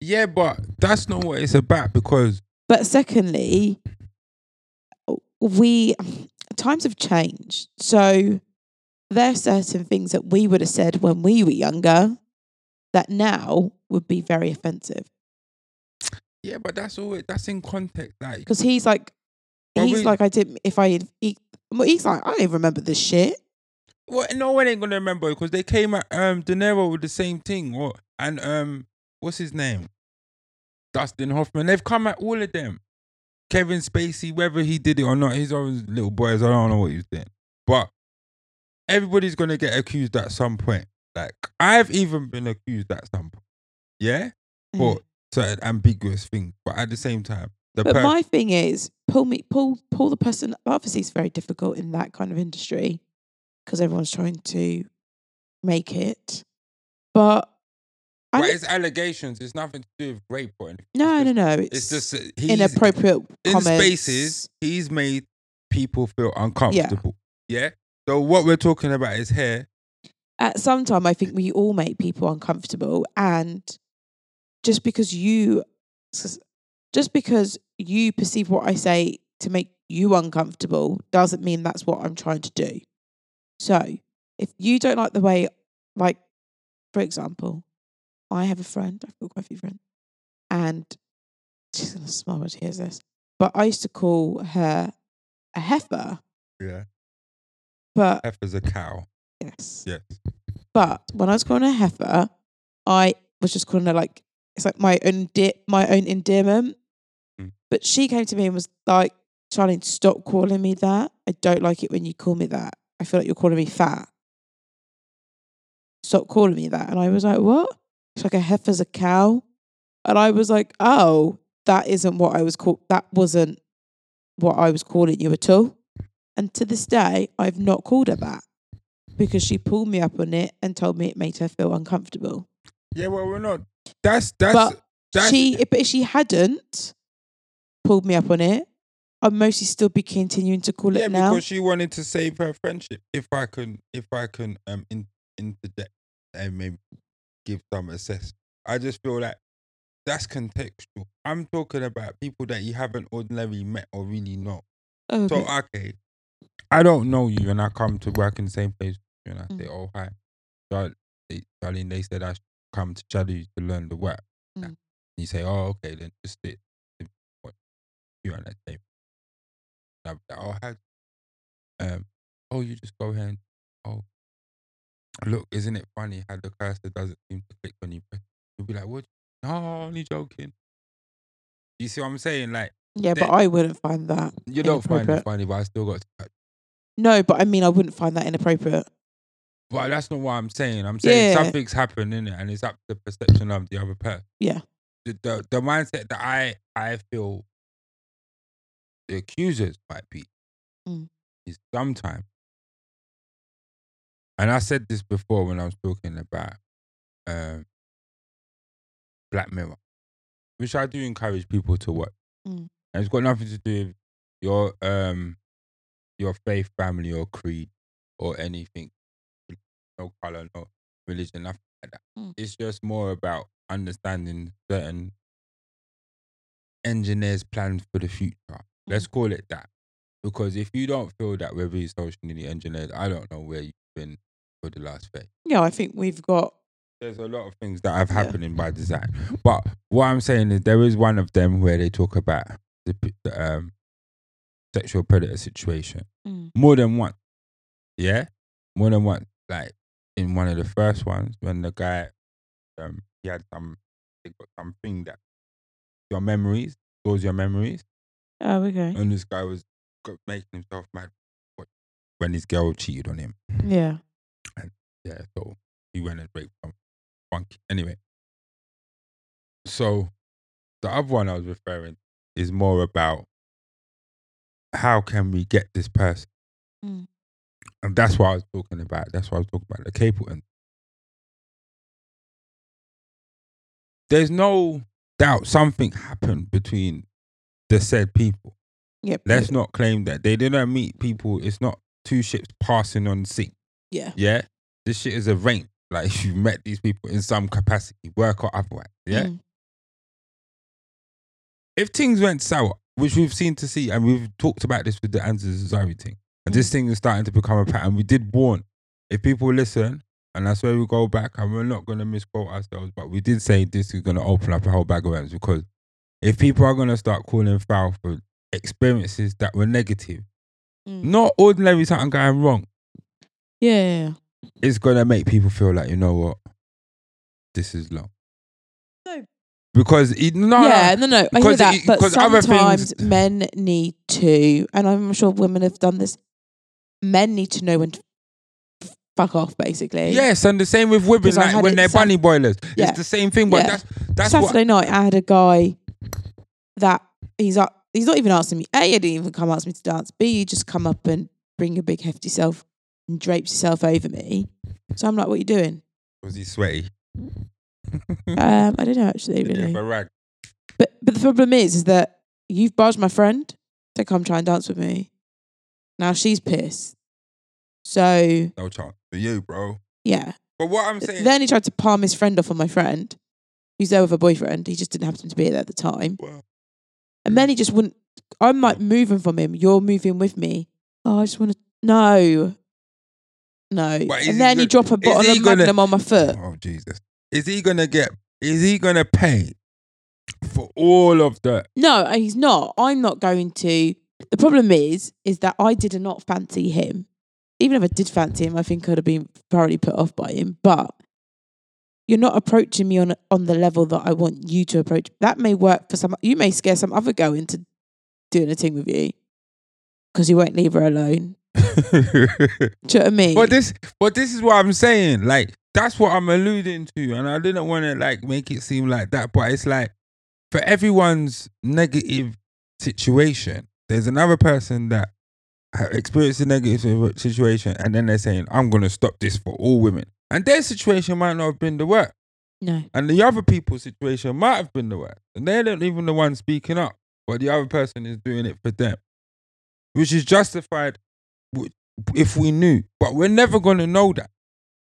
Speaker 1: Yeah, but that's not what it's about because
Speaker 2: But secondly, we times have changed. So there are certain things that we would have said when we were younger that now would be very offensive.
Speaker 1: yeah, but that's all. it- That's in context. Like
Speaker 2: Because he's like,
Speaker 1: Well,
Speaker 2: he's
Speaker 1: we-
Speaker 2: like, I didn't. If I, he, well, he's like, I don't even remember this shit.
Speaker 1: Well, no one ain't gonna remember because they came at um De Niro with the same thing. Or and um what's his name? Dustin Hoffman. They've come at all of them. Kevin Spacey, whether he did it or not, he's always little boys. I don't know what he's doing. But everybody's gonna get accused at some point. Like I've even been accused at some point. Yeah?
Speaker 2: Mm.
Speaker 1: For certain ambiguous things. But at the same time, the
Speaker 2: But
Speaker 1: per-
Speaker 2: my thing is, pull me, pull, pull the person. Obviously, it's very difficult in that kind of industry because everyone's trying to make it. But I
Speaker 1: but
Speaker 2: don't-
Speaker 1: it's allegations, it's nothing to do with rape or anything.
Speaker 2: no,
Speaker 1: it's
Speaker 2: no,
Speaker 1: just,
Speaker 2: no.
Speaker 1: It's
Speaker 2: It's,
Speaker 1: just that he's
Speaker 2: inappropriate
Speaker 1: in
Speaker 2: comments.
Speaker 1: spaces, he's made people feel uncomfortable. Yeah. So what we're talking about is hair.
Speaker 2: At some time, I think we all make people uncomfortable, and just because you, just because you perceive what I say to make you uncomfortable, doesn't mean that's what I'm trying to do. So, if you don't like the way, like, for example, I have a friend. I've got quite a few friends, and she's gonna smile when she hears this. But I used to call her a heifer,
Speaker 1: Yeah.
Speaker 2: but
Speaker 1: Heifer's a cow.
Speaker 2: Yes.
Speaker 1: Yes.
Speaker 2: But when I was calling her heifer, I was just calling her like it's like my own de- my own endearment.
Speaker 1: Mm.
Speaker 2: But she came to me and was like, "Charlene, stop calling me that. I don't like it when you call me that. I feel like you're calling me fat. Stop calling me that." And I was like, "What?" She's like, "A heifer's a cow," and I was like, "Oh, that isn't what I was called. That wasn't what I was calling you at all." And to this day, I've not called her that because she pulled me up on it and told me it made her feel uncomfortable.
Speaker 1: Yeah, well we're not that's that's
Speaker 2: But
Speaker 1: that's
Speaker 2: she, but if she hadn't pulled me up on it, I'd mostly still be continuing to call
Speaker 1: yeah,
Speaker 2: it now.
Speaker 1: because she wanted to save her friendship. If I can if I can um in, interject and maybe give some assess. I just feel like that's contextual. I'm talking about people that you haven't ordinarily met or really know.
Speaker 2: Oh,
Speaker 1: So
Speaker 2: okay.
Speaker 1: okay, I don't know you, and I come to work in the same place, with you
Speaker 2: Mm.
Speaker 1: and I say, "Oh hi, Char- they- Charlene." They said I should come to shadow you to learn the work.
Speaker 2: Mm.
Speaker 1: And you say, "Oh okay, then just sit." with what You and that same. And I'll be like, oh, how? Um, oh, you just go ahead. And, oh, look, isn't it funny how the cursor doesn't seem to click when you press? You'll be like, "What? No, only joking." You see what I'm saying? Like
Speaker 2: Yeah, but
Speaker 1: They-
Speaker 2: I wouldn't find that.
Speaker 1: you don't find it
Speaker 2: Inappropriate.
Speaker 1: funny, but I still got. To,
Speaker 2: No, but I mean, I wouldn't find that inappropriate.
Speaker 1: but that's not what I'm saying. I'm saying
Speaker 2: Yeah.
Speaker 1: something's happened in it, and it's up to the perception of the other person.
Speaker 2: Yeah.
Speaker 1: The the, the mindset that I I feel the accusers might be
Speaker 2: Mm.
Speaker 1: is sometimes, and I said this before when I was talking about um, Black Mirror, which I do encourage people to watch,
Speaker 2: Mm.
Speaker 1: and it's got nothing to do with your um your faith, family, or creed, or anything. No color, no religion, nothing like that.
Speaker 2: Mm.
Speaker 1: It's just more about understanding certain engineers' plans for the future. Let's call it that, because if you don't feel that, whether you're socially engineers, I don't know where you've been for the last phase
Speaker 2: Yeah, I think we've got.
Speaker 1: there's a lot of things that have
Speaker 2: Yeah.
Speaker 1: happening by design. But what I'm saying is there is one of them where they talk about the, p- the um, sexual predator situation
Speaker 2: Mm.
Speaker 1: more than once. Yeah, more than once. Like in one of the first ones when the guy um, he had some they got something that your memories goes your memories,
Speaker 2: Oh, okay.
Speaker 1: and this guy was go- making himself mad when his girl cheated on him.
Speaker 2: Yeah.
Speaker 1: Yeah, so he went and raped some funky. Anyway, so the other one I was referring is more about how can we get this person,
Speaker 2: Mm.
Speaker 1: and that's what I was talking about. That's what I was talking about. The Capleton. There's no doubt something happened between the said people.
Speaker 2: Yep.
Speaker 1: Let's not claim that they didn't meet people. It's not two ships passing on sea.
Speaker 2: Yeah.
Speaker 1: Yeah. This shit is arranged. Like you met these people in some capacity, work or otherwise. Yeah.
Speaker 2: Mm.
Speaker 1: If things went sour, which we've seen to see, and we've talked about this with the Anza's Zari thing, and
Speaker 2: Mm.
Speaker 1: this thing is starting to become a pattern. We did warn. If people listen, and that's where we go back, and we're not gonna misquote ourselves, but we did say this is gonna open up a whole bag of worms because if people are gonna start calling foul for experiences that were negative,
Speaker 2: Mm.
Speaker 1: not ordinary something going wrong,
Speaker 2: Yeah. yeah, yeah.
Speaker 1: it's gonna make people feel like, you know what, this is low.
Speaker 2: No.
Speaker 1: Because it, no, no,
Speaker 2: yeah, no, no, I hear
Speaker 1: because
Speaker 2: that.
Speaker 1: it-
Speaker 2: but
Speaker 1: because other things-
Speaker 2: sometimes men need to, and I'm sure women have done this. Men need to know when to f- fuck off, basically.
Speaker 1: Yes, and the same with women,
Speaker 2: Because I
Speaker 1: like
Speaker 2: had
Speaker 1: when
Speaker 2: it
Speaker 1: they're
Speaker 2: Sat-
Speaker 1: bunny boilers.
Speaker 2: Yeah.
Speaker 1: It's the same thing, but
Speaker 2: Yeah.
Speaker 1: that's that's what
Speaker 2: Saturday night, I had a guy that he's up. He's not even asking me. A, he didn't even come ask me to dance. B, you just come up and bring your big hefty self and drapes yourself over me. So I'm like, what are you doing?
Speaker 1: was he sweaty? Hmm.
Speaker 2: Um, I don't know actually,
Speaker 1: Did he
Speaker 2: really.
Speaker 1: have a rag?
Speaker 2: But but the problem is, is that you've barged my friend to come try and dance with me. Now she's pissed. So
Speaker 1: No chance for you, bro.
Speaker 2: yeah.
Speaker 1: But what I'm saying,
Speaker 2: Then he tried to palm his friend off on my friend, who's there with her boyfriend. He just didn't happen to be there at the time.
Speaker 1: Well,
Speaker 2: And then he just wouldn't. I'm like moving from him. You're moving with me. Oh, I just want to. No. No.
Speaker 1: is
Speaker 2: And
Speaker 1: he
Speaker 2: then
Speaker 1: gonna-
Speaker 2: you drop a
Speaker 1: is
Speaker 2: bottle
Speaker 1: he
Speaker 2: of
Speaker 1: gonna-
Speaker 2: Magnum on my foot.
Speaker 1: oh Jesus, is he gonna get? Is he gonna pay for all of the?
Speaker 2: No, uh, he's not. I'm not going to. The problem is, is that I did not fancy him. Even if I did fancy him, I think I'd have been thoroughly put off by him. But you're not approaching me on on the level that I want you to approach. That may work for some. You may scare some other girl into doing a thing with you because you won't leave her alone. Do you know what I mean?
Speaker 1: but this, but this is what I'm saying. Like that's what I'm alluding to, and I didn't want to like make it seem like that. But it's like for everyone's negative situation, there's another person that ha- experienced a negative situation, and then they're saying, "I'm gonna stop this for all women," and their situation might not have been the worst,
Speaker 2: no.
Speaker 1: and the other people's situation might have been the worst, and they're not even the one speaking up, but the other person is doing it for them, which is justified w- if we knew, but we're never gonna know that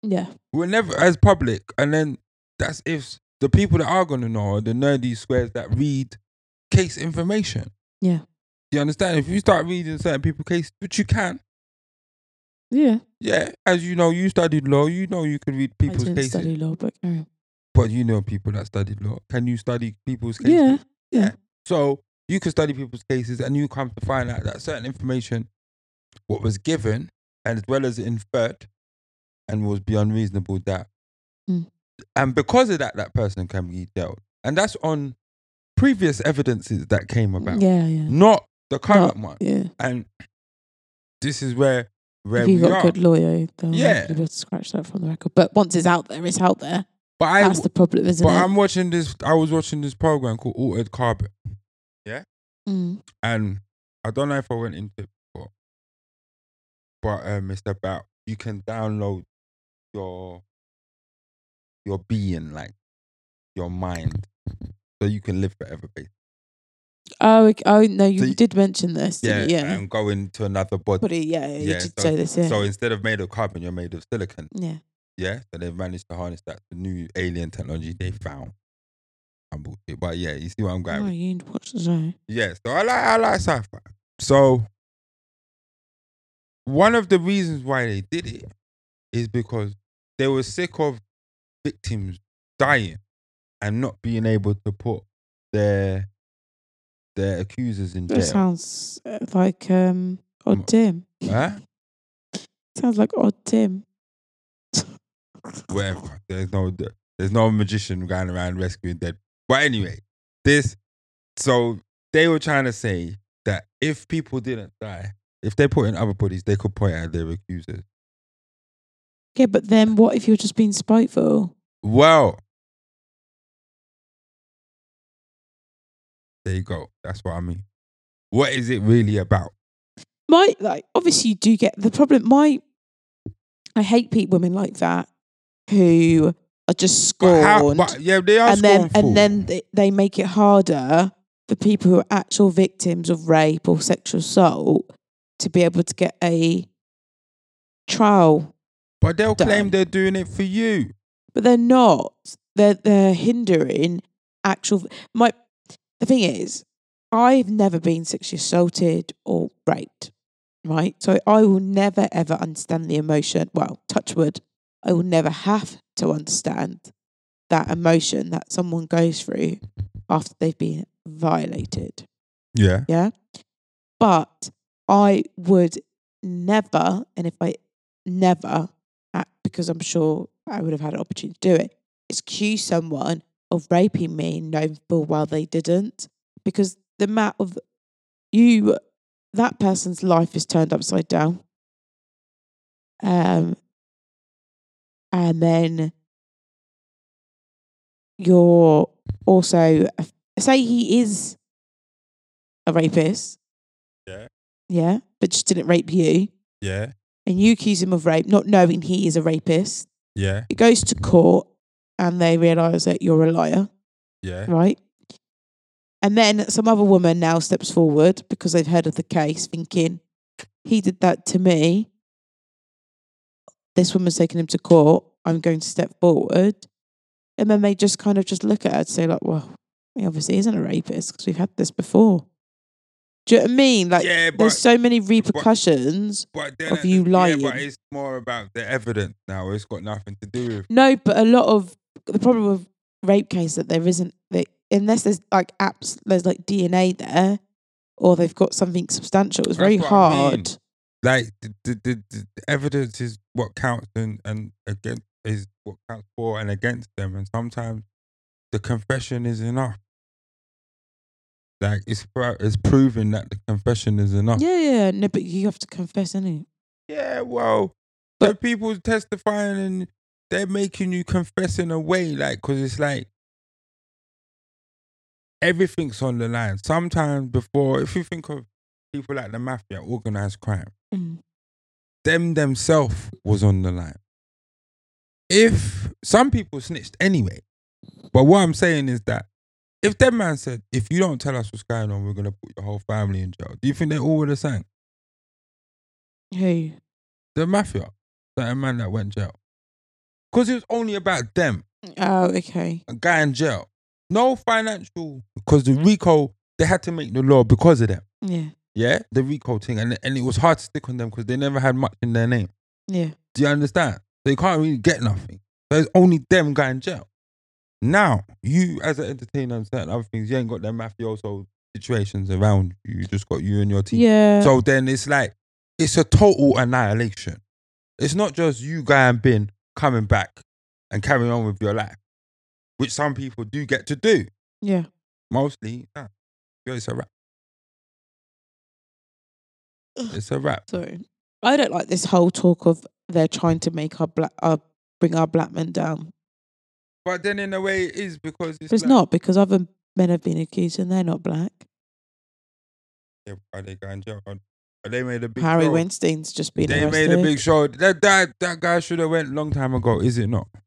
Speaker 2: Yeah.
Speaker 1: we're never as public, and then that's if the people that are gonna know are the nerdy squares that read case information.
Speaker 2: Yeah.
Speaker 1: You understand? If you start reading certain people case, which you can,
Speaker 2: Yeah.
Speaker 1: yeah, as you know, you studied law, you know you can read
Speaker 2: I
Speaker 1: people's
Speaker 2: didn't
Speaker 1: cases.
Speaker 2: study law, but um, carry on.
Speaker 1: But you know people that studied law. Can you study people's cases?
Speaker 2: yeah.
Speaker 1: So you can study people's cases and you come to find out that certain information, what was given and as well as inferred, and was beyond reasonable doubt.
Speaker 2: Mm.
Speaker 1: And because of that, that person can be dealt. And that's on previous evidences that came about, Mm.
Speaker 2: Yeah, yeah.
Speaker 1: not the current
Speaker 2: Not-
Speaker 1: one.
Speaker 2: Yeah.
Speaker 1: And this is where where
Speaker 2: if you've
Speaker 1: we
Speaker 2: got a
Speaker 1: are.
Speaker 2: good lawyer, they'll
Speaker 1: Yeah.
Speaker 2: yeah. be able to scratch that from the record. But once it's out there, it's out there.
Speaker 1: but I
Speaker 2: That's the problem, isn't
Speaker 1: but
Speaker 2: it?
Speaker 1: I'm watching this. I was watching this program called Altered Carbon,
Speaker 2: Mm.
Speaker 1: and I don't know if I went into it before, but um, it's about you can download your your being, like your mind, so you can live forever, basically.
Speaker 2: Oh, ok- oh no, you
Speaker 1: So you-
Speaker 2: did mention this.
Speaker 1: Yeah,
Speaker 2: didn't you? yeah.
Speaker 1: and go into another body.
Speaker 2: But it- yeah, you
Speaker 1: Yeah,
Speaker 2: did
Speaker 1: so-
Speaker 2: say this. Yeah.
Speaker 1: So instead of made of carbon, you're made of silicon.
Speaker 2: yeah.
Speaker 1: Yeah. So they've managed to harness that to new alien technology they found. And bullshit. But yeah, you see what I'm going
Speaker 2: Oh,
Speaker 1: with.
Speaker 2: you didn't watch the show.
Speaker 1: Yeah. So I like I like sci-fi. So one of the reasons why they did it is because they were sick of victims dying and not being able to put their their accusers in
Speaker 2: That
Speaker 1: jail.
Speaker 2: sounds uh, like um,
Speaker 1: Come on.
Speaker 2: Odd Tim.
Speaker 1: Huh?
Speaker 2: Sounds like Odd Tim.
Speaker 1: whatever. There's no there's no magician going around rescuing dead. But anyway, this so they were trying to say that if people didn't die, if they put in other bodies, they could point out their accusers.
Speaker 2: Yeah, but then what if you're just being spiteful?
Speaker 1: Well, there you go. That's what I mean. What is it really about?
Speaker 2: My like obviously you do get the problem. My I hate pe- women like that who are just
Speaker 1: But
Speaker 2: scorned,
Speaker 1: how, but yeah, they are
Speaker 2: and then
Speaker 1: scornful.
Speaker 2: and then they, they make it harder for people who are actual victims of rape or sexual assault to be able to get a trial
Speaker 1: but they'll claim
Speaker 2: done.
Speaker 1: they're doing it for you.
Speaker 2: but they're not. They're they're hindering actual. My the thing is, I've never been sexually assaulted or raped, right? So I will never ever understand the emotion. Well, touch wood, I will never have to understand that emotion that someone goes through after they've been violated.
Speaker 1: Yeah.
Speaker 2: Yeah. But I would never, and if I never, at- because I'm sure I would have had an opportunity to do it, excuse someone of raping me knowing full well they didn't. Because the amount of you, that person's life is turned upside down. Um, and then you're also, uh, say he is a rapist.
Speaker 1: Yeah.
Speaker 2: Yeah. But just didn't rape you.
Speaker 1: Yeah.
Speaker 2: And you accuse him of rape, not knowing he is a rapist.
Speaker 1: Yeah.
Speaker 2: It goes to court and they realise that you're a liar,
Speaker 1: Yeah.
Speaker 2: right? And then some other woman now steps forward because they've heard of the case, thinking, he did that to me. This woman's taking him to court. I'm going to step forward. And then they just kind of just look at her and say, like, well, he obviously isn't a rapist because we've had this before. Do you know what I mean? Like,
Speaker 1: yeah, but
Speaker 2: there's so many repercussions.
Speaker 1: But then
Speaker 2: of
Speaker 1: at the-
Speaker 2: you
Speaker 1: Yeah, but
Speaker 2: lying.
Speaker 1: it's more about the evidence now. It's got nothing to do with.
Speaker 2: No, but a lot of the problem with rape case that there isn't that unless there's like apps, there's like DNA there, or they've got something substantial. It's
Speaker 1: That's
Speaker 2: very
Speaker 1: what I mean.
Speaker 2: hard.
Speaker 1: Like the, the, the, the evidence is what counts and and against is what counts for and against them. And sometimes the confession is enough. Like it's pro- it's proving that the confession is enough.
Speaker 2: Yeah, yeah, no, but you have to confess, innit?
Speaker 1: Yeah, well,
Speaker 2: But-
Speaker 1: the people testifying and they're making you confess in a way, like, because it's like everything's on the line. Sometimes before, if you think of people like the mafia, organized crime,
Speaker 2: Mm.
Speaker 1: them themselves was on the line. If some people snitched anyway, but what I'm saying is that if that man said, if you don't tell us what's going on, we're going to put your whole family in jail, do you think they all would have sang?
Speaker 2: Who?
Speaker 1: the mafia, that man that went jail. Because it was only about them,
Speaker 2: Oh, okay.
Speaker 1: a guy in jail. No financial, because the Rico, they had to make the law because of them.
Speaker 2: Yeah,
Speaker 1: Yeah, the Rico thing. And, and it was hard to stick on them because they never had much in their name.
Speaker 2: yeah.
Speaker 1: Do you understand? So you can't really get nothing. So it's only them guy in jail. Now, you as an entertainer and certain other things, you ain't got them mafioso situations around you. You just got you and your team.
Speaker 2: Yeah.
Speaker 1: So then it's like it's a total annihilation. It's not just you guy and bin coming back and carrying on with your life, which some people do get to do.
Speaker 2: yeah.
Speaker 1: Mostly, nah. Yo, it's a wrap.
Speaker 2: Ugh.
Speaker 1: It's a wrap.
Speaker 2: Sorry. I don't like this whole talk of they're trying to make our black, our, bring our black men down.
Speaker 1: But then, in a way, it is because it's,
Speaker 2: But it's
Speaker 1: like-
Speaker 2: not because other men have been accused and they're not black.
Speaker 1: Yeah, are they going to jail? Are are they made a big
Speaker 2: Harry
Speaker 1: show?
Speaker 2: Weinstein's just been
Speaker 1: They
Speaker 2: arrested.
Speaker 1: made a big show. That that that guy should have went long time ago. Is it not?
Speaker 2: Mm.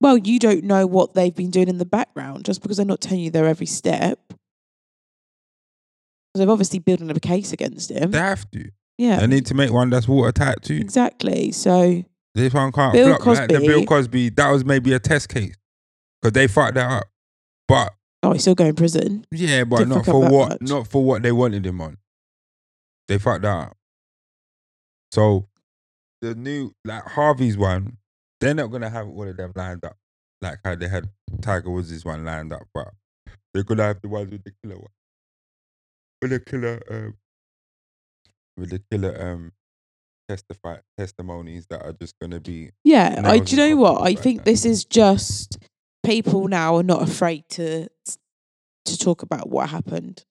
Speaker 2: well, you don't know what they've been doing in the background just because they're not telling you their every step. 'Cause They're obviously building up a case against him.
Speaker 1: They have to.
Speaker 2: yeah,
Speaker 1: They need to make one that's watertight too.
Speaker 2: exactly. So
Speaker 1: This one can't
Speaker 2: Bill
Speaker 1: flop. Like the Bill
Speaker 2: Cosby-
Speaker 1: Cosby, that was maybe a test case because they fucked that up. But
Speaker 2: oh, he's still going to prison.
Speaker 1: yeah, but
Speaker 2: Didn't
Speaker 1: not
Speaker 2: fuck up
Speaker 1: for
Speaker 2: that
Speaker 1: what
Speaker 2: much.
Speaker 1: not for what they wanted him on. They fucked that up. So the new like Harvey's one, they're not gonna have all of them lined up like how they had Tiger Woods' one lined up, but they're gonna have the ones with the killer one, with the killer, um, with the killer um, testify testimonies that are just gonna be
Speaker 2: Yeah, I,
Speaker 1: Nails
Speaker 2: do you know
Speaker 1: and
Speaker 2: what? I
Speaker 1: coffins, right,
Speaker 2: think
Speaker 1: yeah.
Speaker 2: this is just people now are not afraid to to talk about what happened.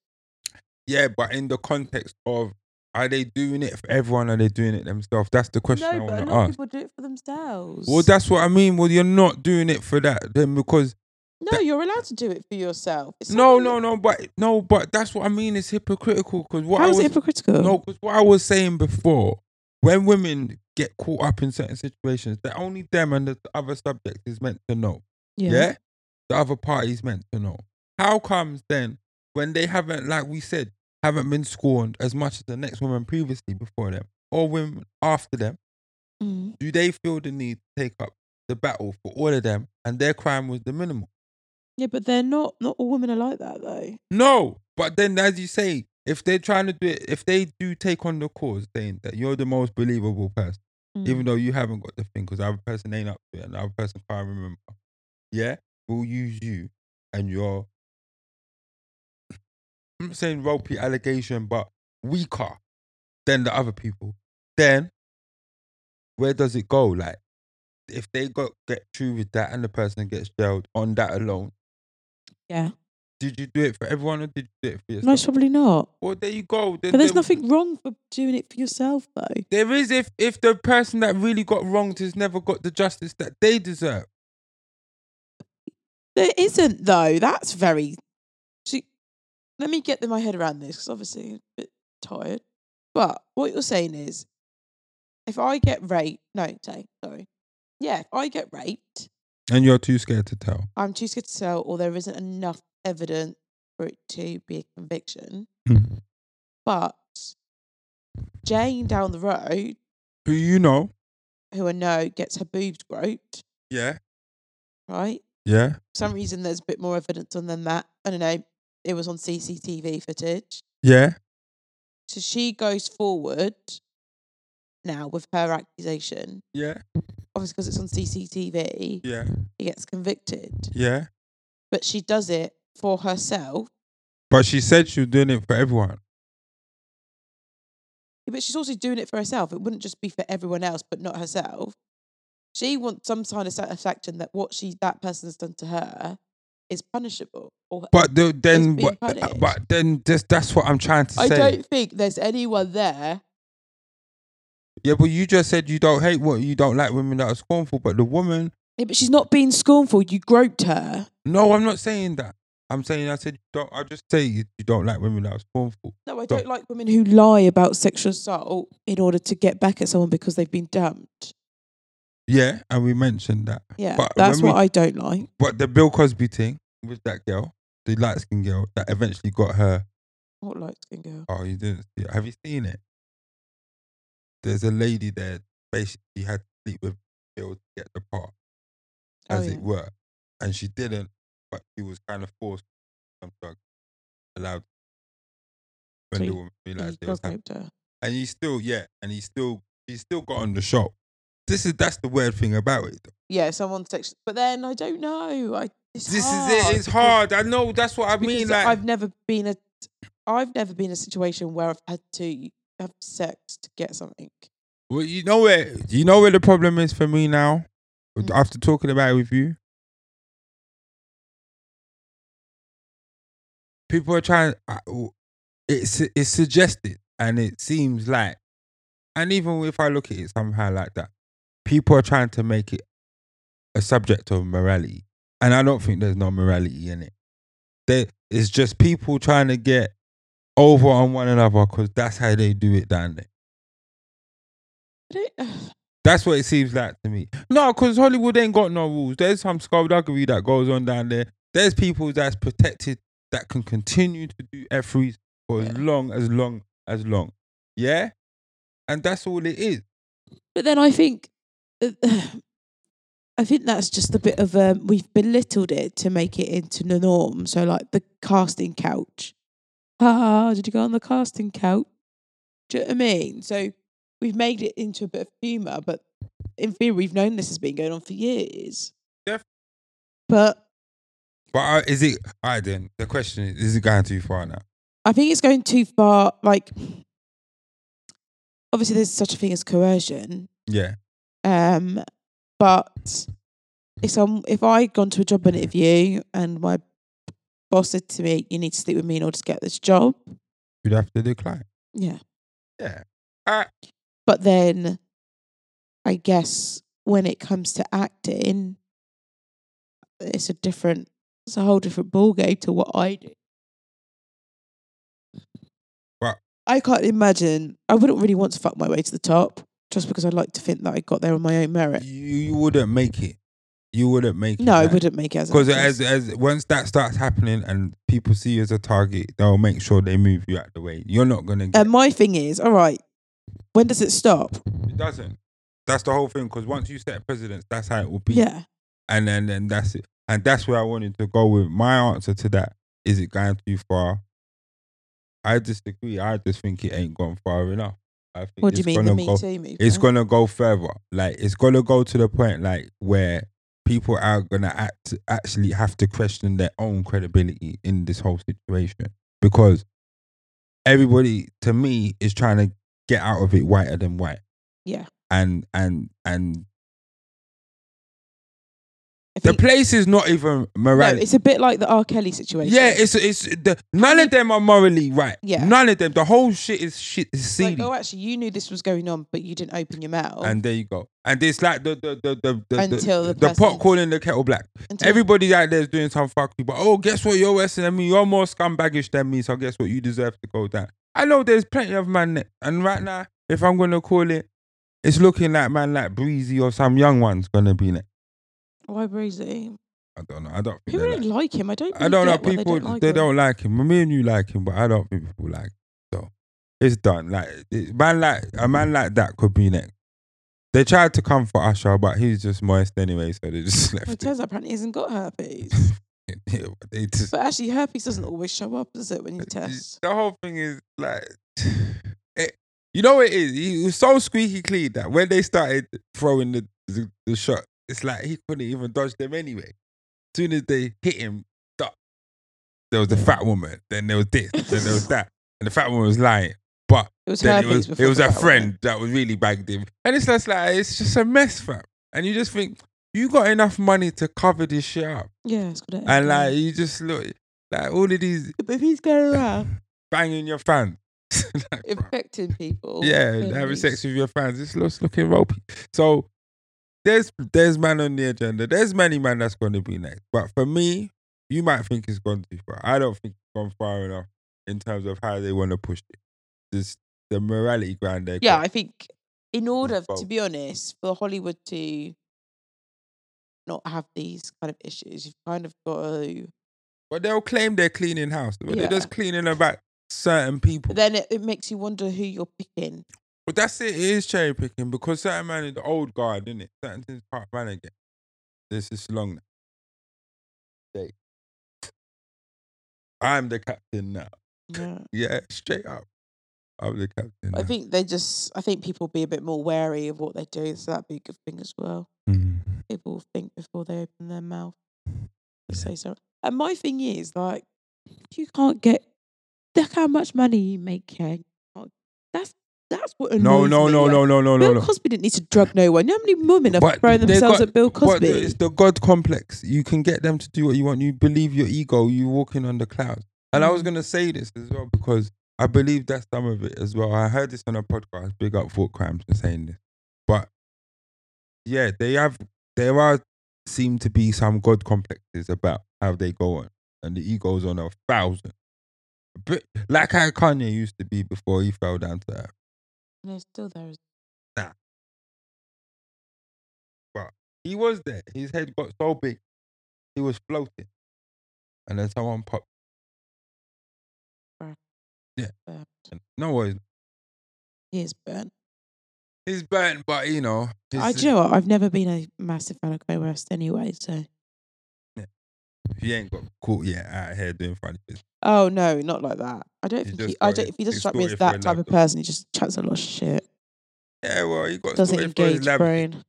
Speaker 1: Yeah, but in the context of are they doing it for everyone? Are they doing it themselves? That's the question I want to ask.
Speaker 2: people do it for themselves.
Speaker 1: Well, that's what I mean. Well, you're not doing it for that then because
Speaker 2: no,
Speaker 1: that-
Speaker 2: you're allowed to do it for yourself. It's
Speaker 1: no,
Speaker 2: something-
Speaker 1: no, no. But no, but that's what I mean. It's hypocritical because what
Speaker 2: How
Speaker 1: I
Speaker 2: is
Speaker 1: was
Speaker 2: it hypocritical?
Speaker 1: no, because what I was saying before, when women get caught up in certain situations, that only them and the other subject is meant to know. Yeah. The other party's meant to know. How comes then when they haven't, like we said, haven't been scorned as much as the next woman previously before them or women after them,
Speaker 2: Mm.
Speaker 1: do they feel the need to take up the battle for all of them and their crime was the minimal?
Speaker 2: Yeah, but they're not. Not all women are like that, though.
Speaker 1: No. But then as you say, if they're trying to do it, if they do take on the cause saying that you're the most believable person.
Speaker 2: Mm.
Speaker 1: even though you haven't got the thing because other person ain't up to it and the other person can't remember. Yeah, we'll use you and your. I'm not saying ropey allegation, but weaker than the other people. Then, where does it go? Like, if they got get through with that and the person gets jailed on that alone,
Speaker 2: yeah,
Speaker 1: did you do it for everyone or did you do it for yourself?
Speaker 2: most probably not.
Speaker 1: Well, there you go. Then
Speaker 2: But there's
Speaker 1: there-
Speaker 2: nothing wrong for doing it for yourself, though.
Speaker 1: There is if if the person that really got wronged has never got the justice that they deserve.
Speaker 2: There isn't, though. That's very. See, let me get my head around this because obviously I'm a bit tired. But what you're saying is, if I get raped, no, say sorry. Yeah, if I get raped,
Speaker 1: And you're too scared to tell.
Speaker 2: I'm too scared to tell, or there isn't enough evidence for it to be a conviction.
Speaker 1: Mm-hmm.
Speaker 2: But Jane down the road,
Speaker 1: Who you know?
Speaker 2: who I know gets her boobs groped,
Speaker 1: Yeah.
Speaker 2: right?
Speaker 1: Yeah.
Speaker 2: For some reason, there's a bit more evidence on than that. I don't know. It was on CCTV footage.
Speaker 1: Yeah.
Speaker 2: So she goes forward now with her accusation.
Speaker 1: Yeah.
Speaker 2: Obviously, because it's on CCTV,
Speaker 1: Yeah.
Speaker 2: he gets convicted.
Speaker 1: Yeah.
Speaker 2: But she does it for herself.
Speaker 1: But she said she was doing it for everyone.
Speaker 2: Yeah, But she's also doing it for herself. It wouldn't just be for everyone else, but not herself. She wants some kind of satisfaction that what she that person's done to her is punishable. Or
Speaker 1: But the, then,
Speaker 2: It's
Speaker 1: but,
Speaker 2: being punished.
Speaker 1: but then, this, that's what I'm trying to
Speaker 2: I
Speaker 1: say.
Speaker 2: don't think there's anyone there.
Speaker 1: Yeah, but you just said you don't hate what you don't like women that are scornful. But the woman,
Speaker 2: Yeah, but she's not being scornful. You groped her.
Speaker 1: no, I'm not saying that. I'm saying I said you don't. I just say you, you don't like women that are scornful.
Speaker 2: No, I
Speaker 1: Stop.
Speaker 2: don't like women who lie about sexual assault in order to get back at someone because they've been dumped.
Speaker 1: Yeah, and we mentioned that.
Speaker 2: Yeah,
Speaker 1: But
Speaker 2: that's
Speaker 1: when
Speaker 2: what
Speaker 1: we-
Speaker 2: I don't like.
Speaker 1: But the Bill Cosby thing with that girl, the light skinned girl that eventually got her
Speaker 2: What light skin girl?
Speaker 1: Oh, you didn't see it. Have you seen it? There's a lady there, basically had to sleep with Bill to get the part,
Speaker 2: Oh,
Speaker 1: as
Speaker 2: yeah.
Speaker 1: it were. And she didn't, but she was kind of forced some drug allowed when
Speaker 2: So
Speaker 1: the
Speaker 2: you-
Speaker 1: woman
Speaker 2: Yeah,
Speaker 1: realized
Speaker 2: you
Speaker 1: it was happening.
Speaker 2: groped her.
Speaker 1: And he still, yeah, and he still he still got on the show. This is that's the weird thing about it. though.
Speaker 2: Yeah, someone sexual. But then I don't know. I it's
Speaker 1: This
Speaker 2: hard
Speaker 1: is it, it's
Speaker 2: because-
Speaker 1: hard. I know that's what I mean.
Speaker 2: Ah, because
Speaker 1: Like
Speaker 2: I've never been a, I've never been in a situation where I've had to have sex to get something.
Speaker 1: Well, you know where you know where the problem is for me now.
Speaker 2: Mm.
Speaker 1: After talking about it with you, people are trying. I- It's it's suggested, and it seems like, and even if I look at it somehow like that, people are trying to make it a subject of morality, and I don't think there's no morality in it. There, it's just people trying to get over on one another because that's how they do it down there.
Speaker 2: I don't-
Speaker 1: That's what it seems like to me. No, because Hollywood ain't got no rules. There's some skullduggery that goes on down there. There's people that's protected that can continue to do F3s for as
Speaker 2: Yeah.
Speaker 1: long, as long, as long. Yeah? And that's all it is.
Speaker 2: But then I think, uh, I think that's just a bit of um, we've belittled it to make it into the norm. So like the casting couch. Ah, did you go on the casting couch? Do you know what I mean? So we've made it into a bit of humour, but in theory, we've known this has been going on for years.
Speaker 1: Def-
Speaker 2: But
Speaker 1: But uh, is it, all right then, the question is, is it going too far now?
Speaker 2: I think it's going too far. Like, obviously, there's such a thing as coercion,
Speaker 1: Yeah.
Speaker 2: Um, but if i if I'd gone to a job interview and my boss said to me, "You need to sleep with me in order to get this job,"
Speaker 1: You'd have to decline.
Speaker 2: yeah.
Speaker 1: Yeah. Uh,
Speaker 2: But then, I guess when it comes to acting, it's a different, it's a whole different ballgame to what I do.
Speaker 1: But-
Speaker 2: I can't imagine. I wouldn't really want to fuck my way to the top just because I'd like to think that I got there on my own merit.
Speaker 1: you, you wouldn't make it. You wouldn't make it.
Speaker 2: No, I
Speaker 1: like-
Speaker 2: wouldn't make it as an
Speaker 1: Because
Speaker 2: actress.
Speaker 1: as as once that starts happening and people see you as a target, they'll make sure they move you out the way. You're not gonna get.
Speaker 2: And my thing is, all right, when does it stop?
Speaker 1: it doesn't. That's the whole thing. Because once you set precedents, that's how it will be.
Speaker 2: Yeah.
Speaker 1: And then then that's it. And that's where I wanted to go with my answer to that. Is it going too far? I disagree. I just think it ain't gone far enough. I think
Speaker 2: What do you
Speaker 1: it's
Speaker 2: mean the
Speaker 1: gonna
Speaker 2: Me
Speaker 1: go-
Speaker 2: Too movement?
Speaker 1: It's gonna go further. Like it's gonna go to the point like where people are gonna act actually have to question their own credibility in this whole situation because everybody to me is trying to get out of it whiter than white.
Speaker 2: Yeah.
Speaker 1: And and and
Speaker 2: I
Speaker 1: the
Speaker 2: think-
Speaker 1: place is not even
Speaker 2: no,
Speaker 1: morality.
Speaker 2: it's a bit like the R. Kelly situation.
Speaker 1: yeah, it's it's the, none of them are morally right.
Speaker 2: Yeah.
Speaker 1: None of them. The whole shit is shit is
Speaker 2: It's like,
Speaker 1: seedy.
Speaker 2: oh, actually, you knew this was going on, but you didn't open your mouth
Speaker 1: and there you go. And it's like the the the the the,
Speaker 2: Until the
Speaker 1: the pot
Speaker 2: person-
Speaker 1: calling the kettle black.
Speaker 2: until
Speaker 1: Everybody out there is doing some fuckery, but oh, guess what? You're worse than me. You're more scumbaggish than me. So guess what? You deserve to go down. I know there's plenty of man, that- and right now, if I'm gonna call it, it's looking like man like Breezy or some young one's gonna be next.
Speaker 2: Why Breezy?
Speaker 1: I don't know. I don't. Think
Speaker 2: People
Speaker 1: they're
Speaker 2: don't
Speaker 1: like,
Speaker 2: like him. I don't. Really
Speaker 1: I don't know.
Speaker 2: get why
Speaker 1: People
Speaker 2: they don't. Like him.
Speaker 1: him. Me and you like him, but I don't think people like him. So it's done. Like it, man, like a man like that could be next. They tried to come for Usher, but he's just moist anyway, so they just
Speaker 2: Well, it
Speaker 1: left.
Speaker 2: turns out apparently he hasn't got herpes.
Speaker 1: it. Yeah, but they just
Speaker 2: but actually, herpes doesn't always show up, does it, when you test?
Speaker 1: The whole thing is like, it, you know, what it is. He was so squeaky clean that when they started throwing the, the the shot, it's like he couldn't even dodge them anyway. soon as they hit him, duck. There was the fat woman. Then there was this. Then there was that. And the fat woman was lying. But
Speaker 2: It was
Speaker 1: then
Speaker 2: herpes.
Speaker 1: it was
Speaker 2: before
Speaker 1: it was
Speaker 2: the
Speaker 1: a
Speaker 2: battle.
Speaker 1: friend that was really bagged him. And it's just like it's just a mess, fam. And you just think you got enough money to cover this shit up,
Speaker 2: Yeah, it's got it.
Speaker 1: and like you just look like all of these
Speaker 2: but if he's going around
Speaker 1: banging your fans. Like, bruh.
Speaker 2: infecting people,
Speaker 1: yeah,
Speaker 2: then
Speaker 1: having
Speaker 2: he's-
Speaker 1: sex with your fans. It's looks looking ropey. So there's there's man on the agenda. There's many man that's going to be next. But for me, you might think it's gone too far. I don't think it's gone far enough in terms of how they want to push it. This the morality ground they
Speaker 2: yeah,
Speaker 1: got.
Speaker 2: I think in order,
Speaker 1: both.
Speaker 2: to be honest, for Hollywood to not have these kind of issues, you've kind of got to.
Speaker 1: but they'll claim they're cleaning house, but
Speaker 2: Yeah.
Speaker 1: they're just cleaning about certain people.
Speaker 2: But then it, it makes you wonder who you're picking.
Speaker 1: But that's it. It is cherry picking because certain man is the old guard, isn't it? Certain things can't man again. This is long. Day. I'm the captain now.
Speaker 2: Yeah.
Speaker 1: Yeah, straight up. I'm the captain.
Speaker 2: I
Speaker 1: now.
Speaker 2: think they just. I think people be a bit more wary of what they do, so that'd be a good thing as well.
Speaker 1: Mm.
Speaker 2: People think before they open their mouth. They
Speaker 1: Yeah.
Speaker 2: say so. And my thing is like, you can't get. Look how much money you make, yeah. That's that's what
Speaker 1: No,
Speaker 2: annoys
Speaker 1: no,
Speaker 2: me,
Speaker 1: no,
Speaker 2: like,
Speaker 1: no, no, no, no,
Speaker 2: Bill
Speaker 1: no.
Speaker 2: Cosby didn't need to drug no one. You know how many women have
Speaker 1: But
Speaker 2: thrown
Speaker 1: they
Speaker 2: themselves
Speaker 1: got-
Speaker 2: at Bill
Speaker 1: What,
Speaker 2: Cosby?
Speaker 1: it's the God complex. You can get them to do what you want. You believe your ego. You walking on the clouds. And I was
Speaker 2: Mm.
Speaker 1: going to say this as well because I believe that's some of it as well. I heard this on a podcast, big up Fort Crimes for saying this. But yeah, they have, there are, seem to be some God complexes about how they go on. And the ego's on a thousand. But like how Kanye used to be before he fell down to earth.
Speaker 2: And it's still there.
Speaker 1: He was there. His head got so big, he was floating. And then someone popped.
Speaker 2: Bruh.
Speaker 1: Yeah.
Speaker 2: Burnt.
Speaker 1: in. No worries.
Speaker 2: He is burnt.
Speaker 1: He's burnt, but you know.
Speaker 2: I
Speaker 1: his-
Speaker 2: do you know what? I've never been a massive fan of Kanye West anyway. So.
Speaker 1: He ain't got caught yet out here doing funny business.
Speaker 2: Oh no, not like that. I don't
Speaker 1: He
Speaker 2: think he.
Speaker 1: just
Speaker 2: I
Speaker 1: got
Speaker 2: don't.
Speaker 1: it-
Speaker 2: If he doesn't
Speaker 1: he's
Speaker 2: strike me
Speaker 1: got
Speaker 2: as
Speaker 1: it for
Speaker 2: that
Speaker 1: a
Speaker 2: type of
Speaker 1: laptop.
Speaker 2: person, he just chats a lot of shit.
Speaker 1: Yeah, well, he got
Speaker 2: Doesn't
Speaker 1: sorted for his
Speaker 2: engage
Speaker 1: lab-
Speaker 2: brain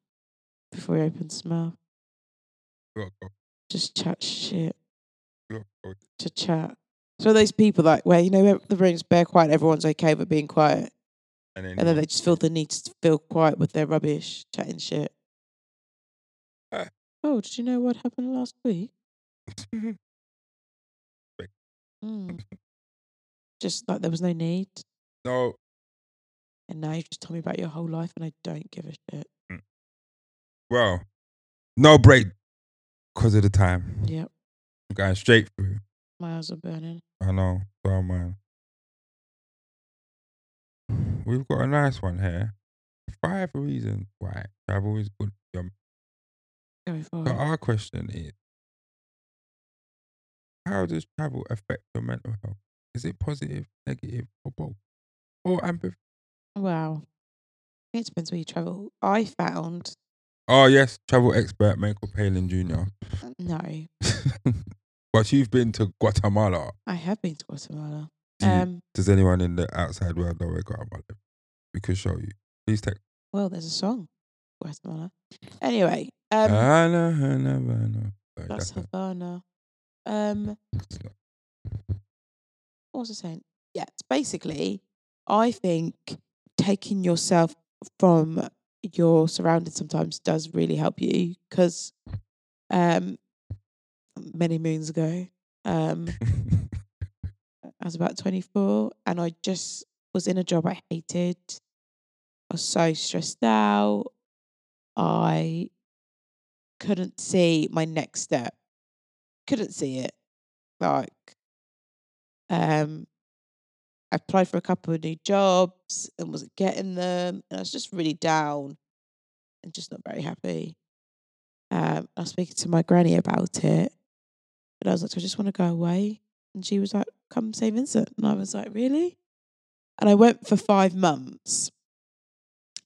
Speaker 2: before he opens his mouth.
Speaker 1: got caught,
Speaker 2: Just chat shit
Speaker 1: got caught.
Speaker 2: to chat. So those people like where you know the room's bare quiet, everyone's okay with being quiet,
Speaker 1: And then,
Speaker 2: and then they just feel the need to feel quiet with their rubbish, chatting shit.
Speaker 1: Ah.
Speaker 2: Oh, did you know what happened last week? Mm. just like there was no need,
Speaker 1: no,
Speaker 2: and now you just tell me about your whole life, and I don't give a shit.
Speaker 1: well, no break because of the time.
Speaker 2: Yep,
Speaker 1: I'm going straight through.
Speaker 2: my eyes are burning.
Speaker 1: I know. So man. We've got a nice one here. Five reasons why travel is good. for your-
Speaker 2: Go for
Speaker 1: So
Speaker 2: it.
Speaker 1: our question is How does travel affect your mental health? Is it positive, negative, or both? Or ambivalent?
Speaker 2: Wow. It depends where you travel. I found
Speaker 1: Oh yes, travel expert Michael Palin Jr.
Speaker 2: uh, no,
Speaker 1: but you've been to Guatemala.
Speaker 2: I have been to Guatemala.
Speaker 1: Do you-
Speaker 2: Um,
Speaker 1: does anyone in the outside world know where Guatemala is? We could show you. Please take
Speaker 2: well, there's a song, Guatemala. Anyway, um,
Speaker 1: Havana, Havana. Sorry, that's
Speaker 2: that's
Speaker 1: it.
Speaker 2: Havana. Um,
Speaker 1: It's not-
Speaker 2: what was I saying? Yeah, it's basically, I think taking yourself from your surroundings sometimes does really help you because, um, many moons ago, um, I was about 24 and I just was in a job I hated. I was so stressed out. I couldn't see my next step. Couldn't see it. Like, um, I applied for a couple of new jobs and wasn't getting them. And I was just really down and just not very happy. Um, I was speaking to my granny about it. And I was like, I just want to go away. And she was like, come St. Vincent. And I was like, really? And I went for five months,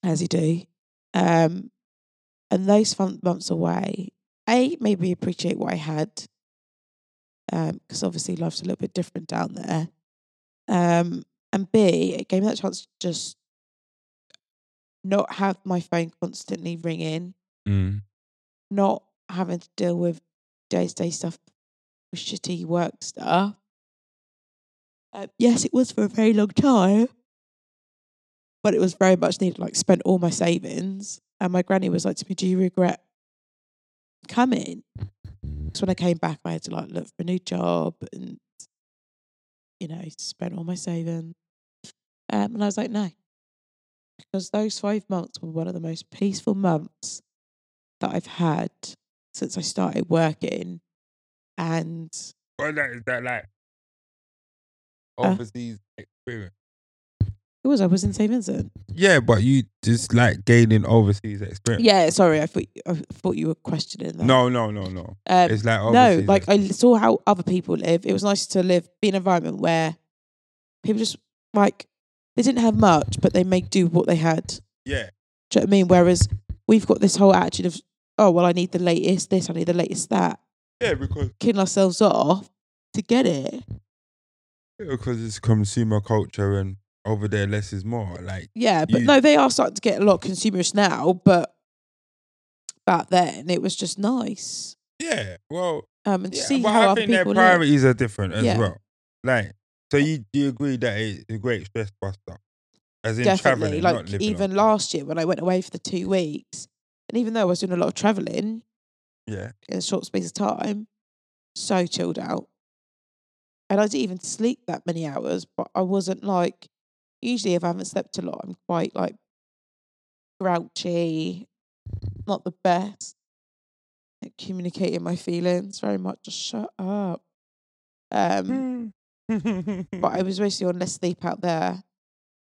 Speaker 2: as you do. Um, and those fun months away, A, made me appreciate what I had. Because obviously life's a little bit different down there. Um, and B, it gave me that chance to just not have my phone constantly ringing,
Speaker 1: Mm.
Speaker 2: not having to deal with day to day stuff, with shitty work stuff. Uh, yes, it was for a very long time, but it was very much needed. Like, spent all my savings, and my granny was like to me, "Do you regret coming?" Because when I came back, I had to like look for a new job, and you know, spent all my savings. Um, and I was like, "No," because those five months were one of the most peaceful months that I've had since I started working, and
Speaker 1: Well, that is that like
Speaker 2: Uh.
Speaker 1: overseas experience.
Speaker 2: it was I was in St Vincent.
Speaker 1: Yeah, but you just like gaining overseas experience.
Speaker 2: Yeah, sorry, I thought I thought you were questioning that.
Speaker 1: No, no, no, no.
Speaker 2: um,
Speaker 1: It's like
Speaker 2: no,
Speaker 1: overseas
Speaker 2: like
Speaker 1: experience.
Speaker 2: I saw how other people live. It was nice to live be in an environment where people just like they didn't have much, but they make do with what they had.
Speaker 1: yeah,
Speaker 2: Do you know what I mean? Whereas we've got this whole attitude of oh well, I need the latest this, I need the latest that,
Speaker 1: yeah, because
Speaker 2: killing ourselves off to get it.
Speaker 1: because it's consumer culture and over there less is more. Like
Speaker 2: Yeah, but
Speaker 1: You-
Speaker 2: no, they are starting to get a lot consumerist now, but back then it was just nice.
Speaker 1: yeah, well,
Speaker 2: Um, and to
Speaker 1: yeah,
Speaker 2: see
Speaker 1: but
Speaker 2: how
Speaker 1: I
Speaker 2: other
Speaker 1: think their
Speaker 2: people live.
Speaker 1: priorities are different as
Speaker 2: Yeah.
Speaker 1: well. Like, so you do you agree that it's a great stress buster, as in
Speaker 2: definitely
Speaker 1: traveling, not
Speaker 2: like
Speaker 1: living
Speaker 2: even
Speaker 1: on-
Speaker 2: last year when i went away for the two weeks and even though i was doing a lot of traveling
Speaker 1: Yeah,
Speaker 2: in a short space of time so chilled out And I didn't even sleep that many hours, but I wasn't like, usually if I haven't slept a lot, I'm quite like grouchy, not the best at communicating my feelings very much. Just shut up. Um, but
Speaker 1: Hmm.
Speaker 2: I was basically on less sleep out there,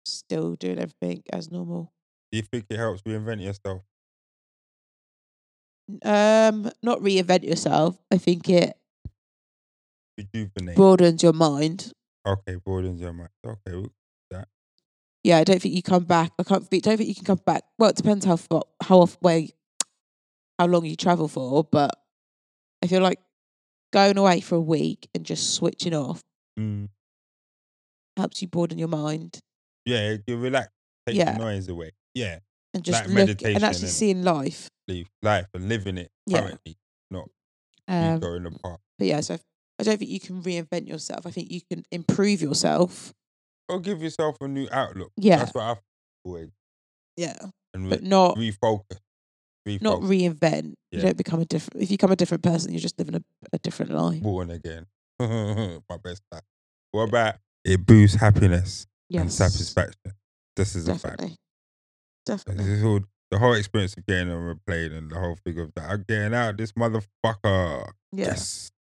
Speaker 2: still doing everything as normal.
Speaker 1: Do you think it helps reinvent yourself?
Speaker 2: Um, not reinvent yourself. I think it
Speaker 1: Rejuvenate.
Speaker 2: broadens your mind.
Speaker 1: okay, broadens your mind. Okay, well,
Speaker 2: Yeah, I don't think you come back. I can't. Don't think you can come back. Well, it depends how far, how off where, how long you travel for. But I feel like going away for a week and just switching off
Speaker 1: mm,
Speaker 2: helps you broaden your mind
Speaker 1: yeah, you relax, take
Speaker 2: Yeah.
Speaker 1: the noise away. Yeah,
Speaker 2: and just
Speaker 1: Like
Speaker 2: look
Speaker 1: meditation,
Speaker 2: and actually
Speaker 1: innit?
Speaker 2: seeing life.
Speaker 1: leave life and living it
Speaker 2: Yeah.
Speaker 1: currently. you
Speaker 2: Um,
Speaker 1: go in the park.
Speaker 2: but yeah, so I don't think you can reinvent yourself. I think you can improve yourself.
Speaker 1: Or give yourself a new outlook.
Speaker 2: Yeah,
Speaker 1: That's what I've always
Speaker 2: yeah,
Speaker 1: and
Speaker 2: but
Speaker 1: re-
Speaker 2: not
Speaker 1: refocus. Refocus.
Speaker 2: not reinvent. You
Speaker 1: Yeah.
Speaker 2: don't become a different. If you become a different person, you're just living a, a different life.
Speaker 1: born again. My best life. What about it boosts happiness and satisfaction? This is a fact.
Speaker 2: definitely,
Speaker 1: This
Speaker 2: definitely.
Speaker 1: is all the whole experience of getting on a plane and the whole thing of that. I'm getting out this motherfucker.
Speaker 2: Yeah.
Speaker 1: Yes.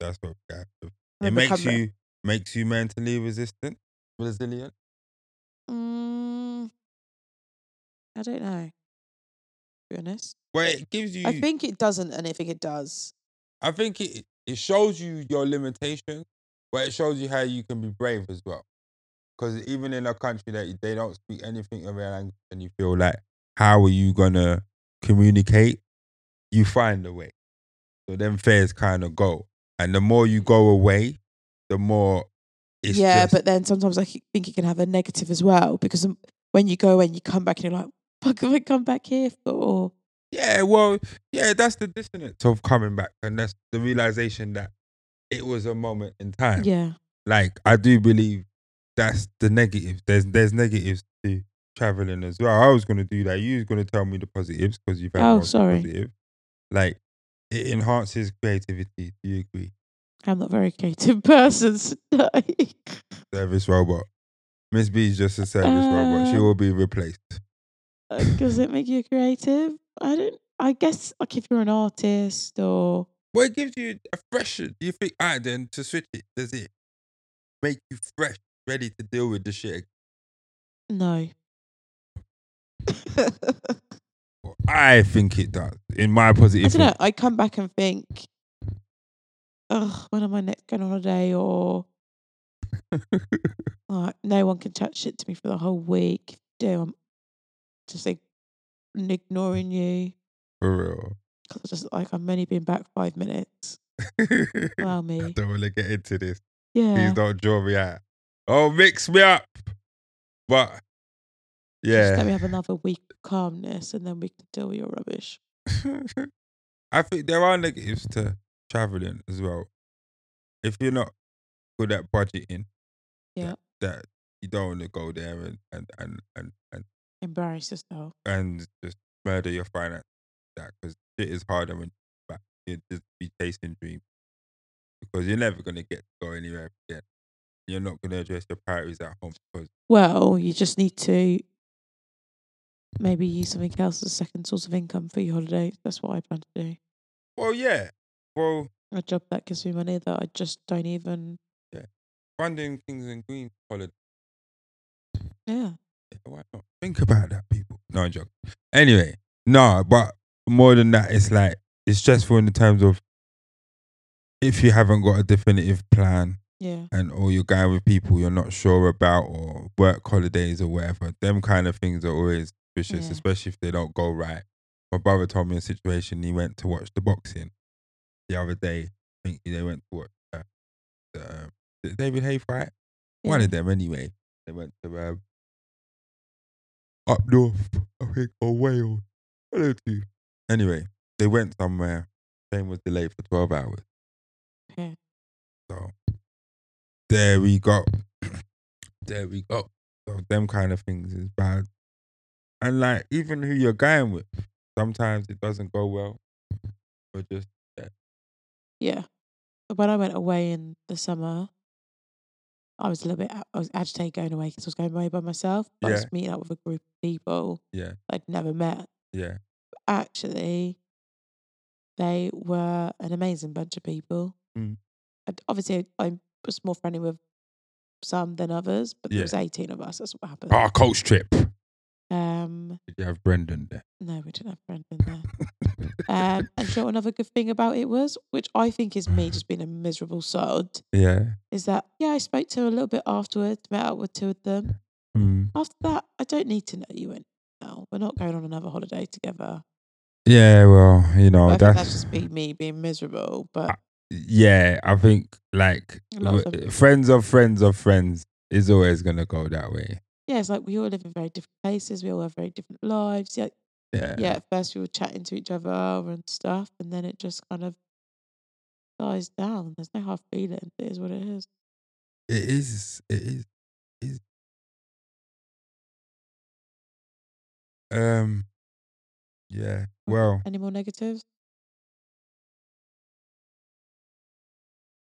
Speaker 1: That's what we got. It
Speaker 2: And
Speaker 1: makes
Speaker 2: become a-
Speaker 1: you makes you mentally resistant, resilient.
Speaker 2: Mm, I don't know. To be honest,
Speaker 1: Well, it gives you
Speaker 2: I think it doesn't, and I think it does.
Speaker 1: I think it it shows you your limitations, but it shows you how you can be brave as well. Because even in a country that they don't speak anything of their language, and you feel like, how are you gonna communicate? You find a way. So them fairs kind of go, and the more you go away, the more it's
Speaker 2: yeah,
Speaker 1: just,
Speaker 2: but then sometimes I c- think it can have a negative as well because um, when you go and you come back and you're like, "Fuck, have I come back here for?" Or
Speaker 1: yeah, well, yeah, that's the dissonance of coming back, and that's the realization that it was a moment in time.
Speaker 2: yeah,
Speaker 1: like I do believe that's the negative. There's there's negatives to traveling as well. I was gonna do that. You was gonna tell me the positives because you've had
Speaker 2: Oh,
Speaker 1: most of the
Speaker 2: sorry.
Speaker 1: positive. Like it enhances creativity. Do you agree?
Speaker 2: I'm not a very creative person. So
Speaker 1: Service robot. Miss B is just a service robot. She
Speaker 2: Uh,
Speaker 1: will be replaced.
Speaker 2: does it make you creative? I don't. I guess like if you're an artist or
Speaker 1: Well, it gives you a fresh. Do you think? Alright, then to switch it. Does it make you fresh, ready to deal with the shit?
Speaker 2: no.
Speaker 1: Well, I think it does. In my positive.
Speaker 2: I don't know.
Speaker 1: thing.
Speaker 2: I come back and think, oh, when am I next going on holiday? Or like, no one can chat shit to me for the whole week. If you Do I'm just like ignoring you
Speaker 1: For
Speaker 2: 'Cause it's just like I'm only been back five minutes.
Speaker 1: real.
Speaker 2: Wow,
Speaker 1: I
Speaker 2: me.
Speaker 1: don't want to get into this. Please
Speaker 2: Yeah.
Speaker 1: don't draw me out. Oh, mix me up. But
Speaker 2: Just let me
Speaker 1: yeah,
Speaker 2: have another week of calmness, and then we can deal with your rubbish.
Speaker 1: I think there are negatives to traveling as well. If you're not good at budgeting,
Speaker 2: Yeah.
Speaker 1: that, that you don't want to go there and and and and and,
Speaker 2: Embarrass yourself.
Speaker 1: and just murder your finances. That because shit is harder when you're back. You just be chasing dreams because you're never gonna get to go anywhere again. You're not gonna address your priorities at home because
Speaker 2: Well, you just need to maybe use something else as a second source of income for your holiday. That's what I plan to do.
Speaker 1: well, yeah, well.
Speaker 2: A job that gives me money that I just don't even.
Speaker 1: Funding Kings and Queens holiday.
Speaker 2: Yeah.
Speaker 1: Yeah, why not? Think about that, people. No I'm joking. Anyway, no, but more than that, it's like it's stressful in the terms of if you haven't got a definitive plan
Speaker 2: Yeah.
Speaker 1: and or you're going with people you're not sure about or work holidays or whatever, them kind of things are always vicious,
Speaker 2: Yeah.
Speaker 1: especially if they don't go right. My brother told me a situation. He went to watch the boxing the other day. I think they went to watch uh, the, um, the David Hay fight one
Speaker 2: yeah.
Speaker 1: of them anyway. They went to um, up north, I think, or Wales. One of the two. Anyway, they went somewhere. Train was delayed for twelve hours.
Speaker 2: Okay.
Speaker 1: So there we go. there we go. So them kind of things is bad. And like even who you're going with, sometimes it doesn't go well. Or just
Speaker 2: Yeah. when I went away in the summer, I was a little bit a- I was agitated going away because I was going away by myself. But I was
Speaker 1: Yeah.
Speaker 2: meeting up with a group of people
Speaker 1: Yeah.
Speaker 2: that I'd never met.
Speaker 1: Yeah.
Speaker 2: But actually, they were an amazing bunch of people.
Speaker 1: Mm.
Speaker 2: And obviously, I I was more friendly with some than others, but
Speaker 1: Yeah. Oh.
Speaker 2: there was eighteen of us. That's what happened.
Speaker 1: Our Oh, coach trip. Did
Speaker 2: Um,
Speaker 1: you have Brendan there?
Speaker 2: no, we didn't have Brendan there. Um, and sure, another good thing about it was, which I think is me just being a miserable sod,
Speaker 1: yeah.
Speaker 2: is that yeah, I spoke to her a little bit afterwards, met up with two of them.
Speaker 1: Mm.
Speaker 2: After that, I don't need to know you in now. We're not going on another holiday together.
Speaker 1: Yeah. Well, you know
Speaker 2: But I think
Speaker 1: that's
Speaker 2: that's just be me being miserable. But
Speaker 1: yeah. I think like
Speaker 2: A lot of
Speaker 1: w-
Speaker 2: them.
Speaker 1: friends of friends of friends is always gonna go that way.
Speaker 2: yeah, it's like we all live in very different places. We all have very different lives. Yeah,
Speaker 1: Yeah.
Speaker 2: yeah. At first, we were chatting to each other and stuff, and then it just kind of dies down. There's no hard feeling. It is what it is.
Speaker 1: It is. It is. It is. Um. Yeah. Well,
Speaker 2: Any more negatives?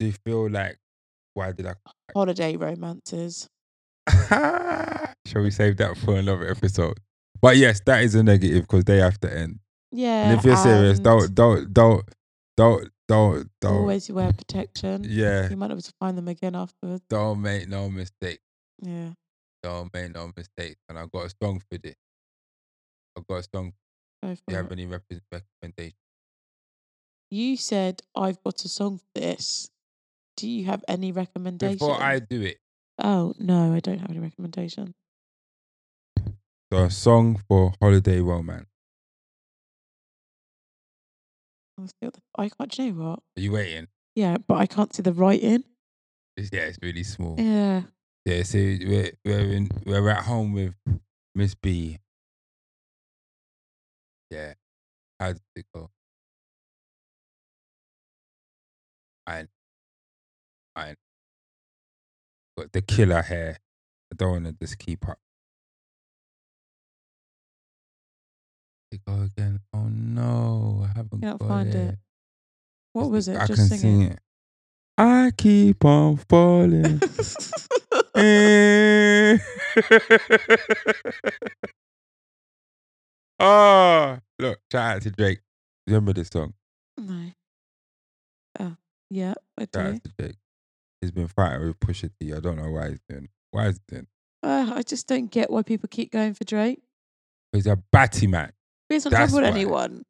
Speaker 1: do you feel like why did I?
Speaker 2: Holiday romances. Oh.
Speaker 1: Shall we save that for another episode? But yes, that is a negative because they have to end.
Speaker 2: Yeah.
Speaker 1: And if you're serious,
Speaker 2: and
Speaker 1: don't, don't, don't, don't, don't, don't.
Speaker 2: always wear protection.
Speaker 1: Yeah,
Speaker 2: You might not be able to find them again afterwards.
Speaker 1: don't make no mistake.
Speaker 2: Yeah.
Speaker 1: Don't make no mistake. And I got a song for this. I got a song.
Speaker 2: Go for
Speaker 1: Do you have
Speaker 2: it.
Speaker 1: any rep- recommendation?
Speaker 2: You said I've got a song for this. Do you have any recommendations?
Speaker 1: Before I do it,
Speaker 2: Oh no, I don't have any recommendation.
Speaker 1: so a song for holiday romance.
Speaker 2: Let's see what the- I can't. Do you know what?
Speaker 1: Are you waiting?
Speaker 2: Yeah, but I can't see the writing.
Speaker 1: It's, yeah, it's really small.
Speaker 2: Yeah.
Speaker 1: Yeah, so we're we're in we're at home with Miss B. Yeah. How did it go? I I got the killer hair. I don't wanna just keep up. It go again. Oh no, I haven't
Speaker 2: Can't
Speaker 1: got
Speaker 2: find it. What was it?
Speaker 1: I
Speaker 2: Just
Speaker 1: can
Speaker 2: singing.
Speaker 1: sing it. I keep on falling. Eh. oh, look, shout out to Drake. Remember this song?
Speaker 2: no. Oh, yeah. I
Speaker 1: Shout
Speaker 2: do.
Speaker 1: out to Drake. He's been fighting with Pusha T. I don't know why he's doing it. Why is he doing it?
Speaker 2: Uh, I just don't get why people keep going for Drake.
Speaker 1: He's a batty man.
Speaker 2: He hasn't
Speaker 1: That's
Speaker 2: troubled
Speaker 1: why.
Speaker 2: anyone.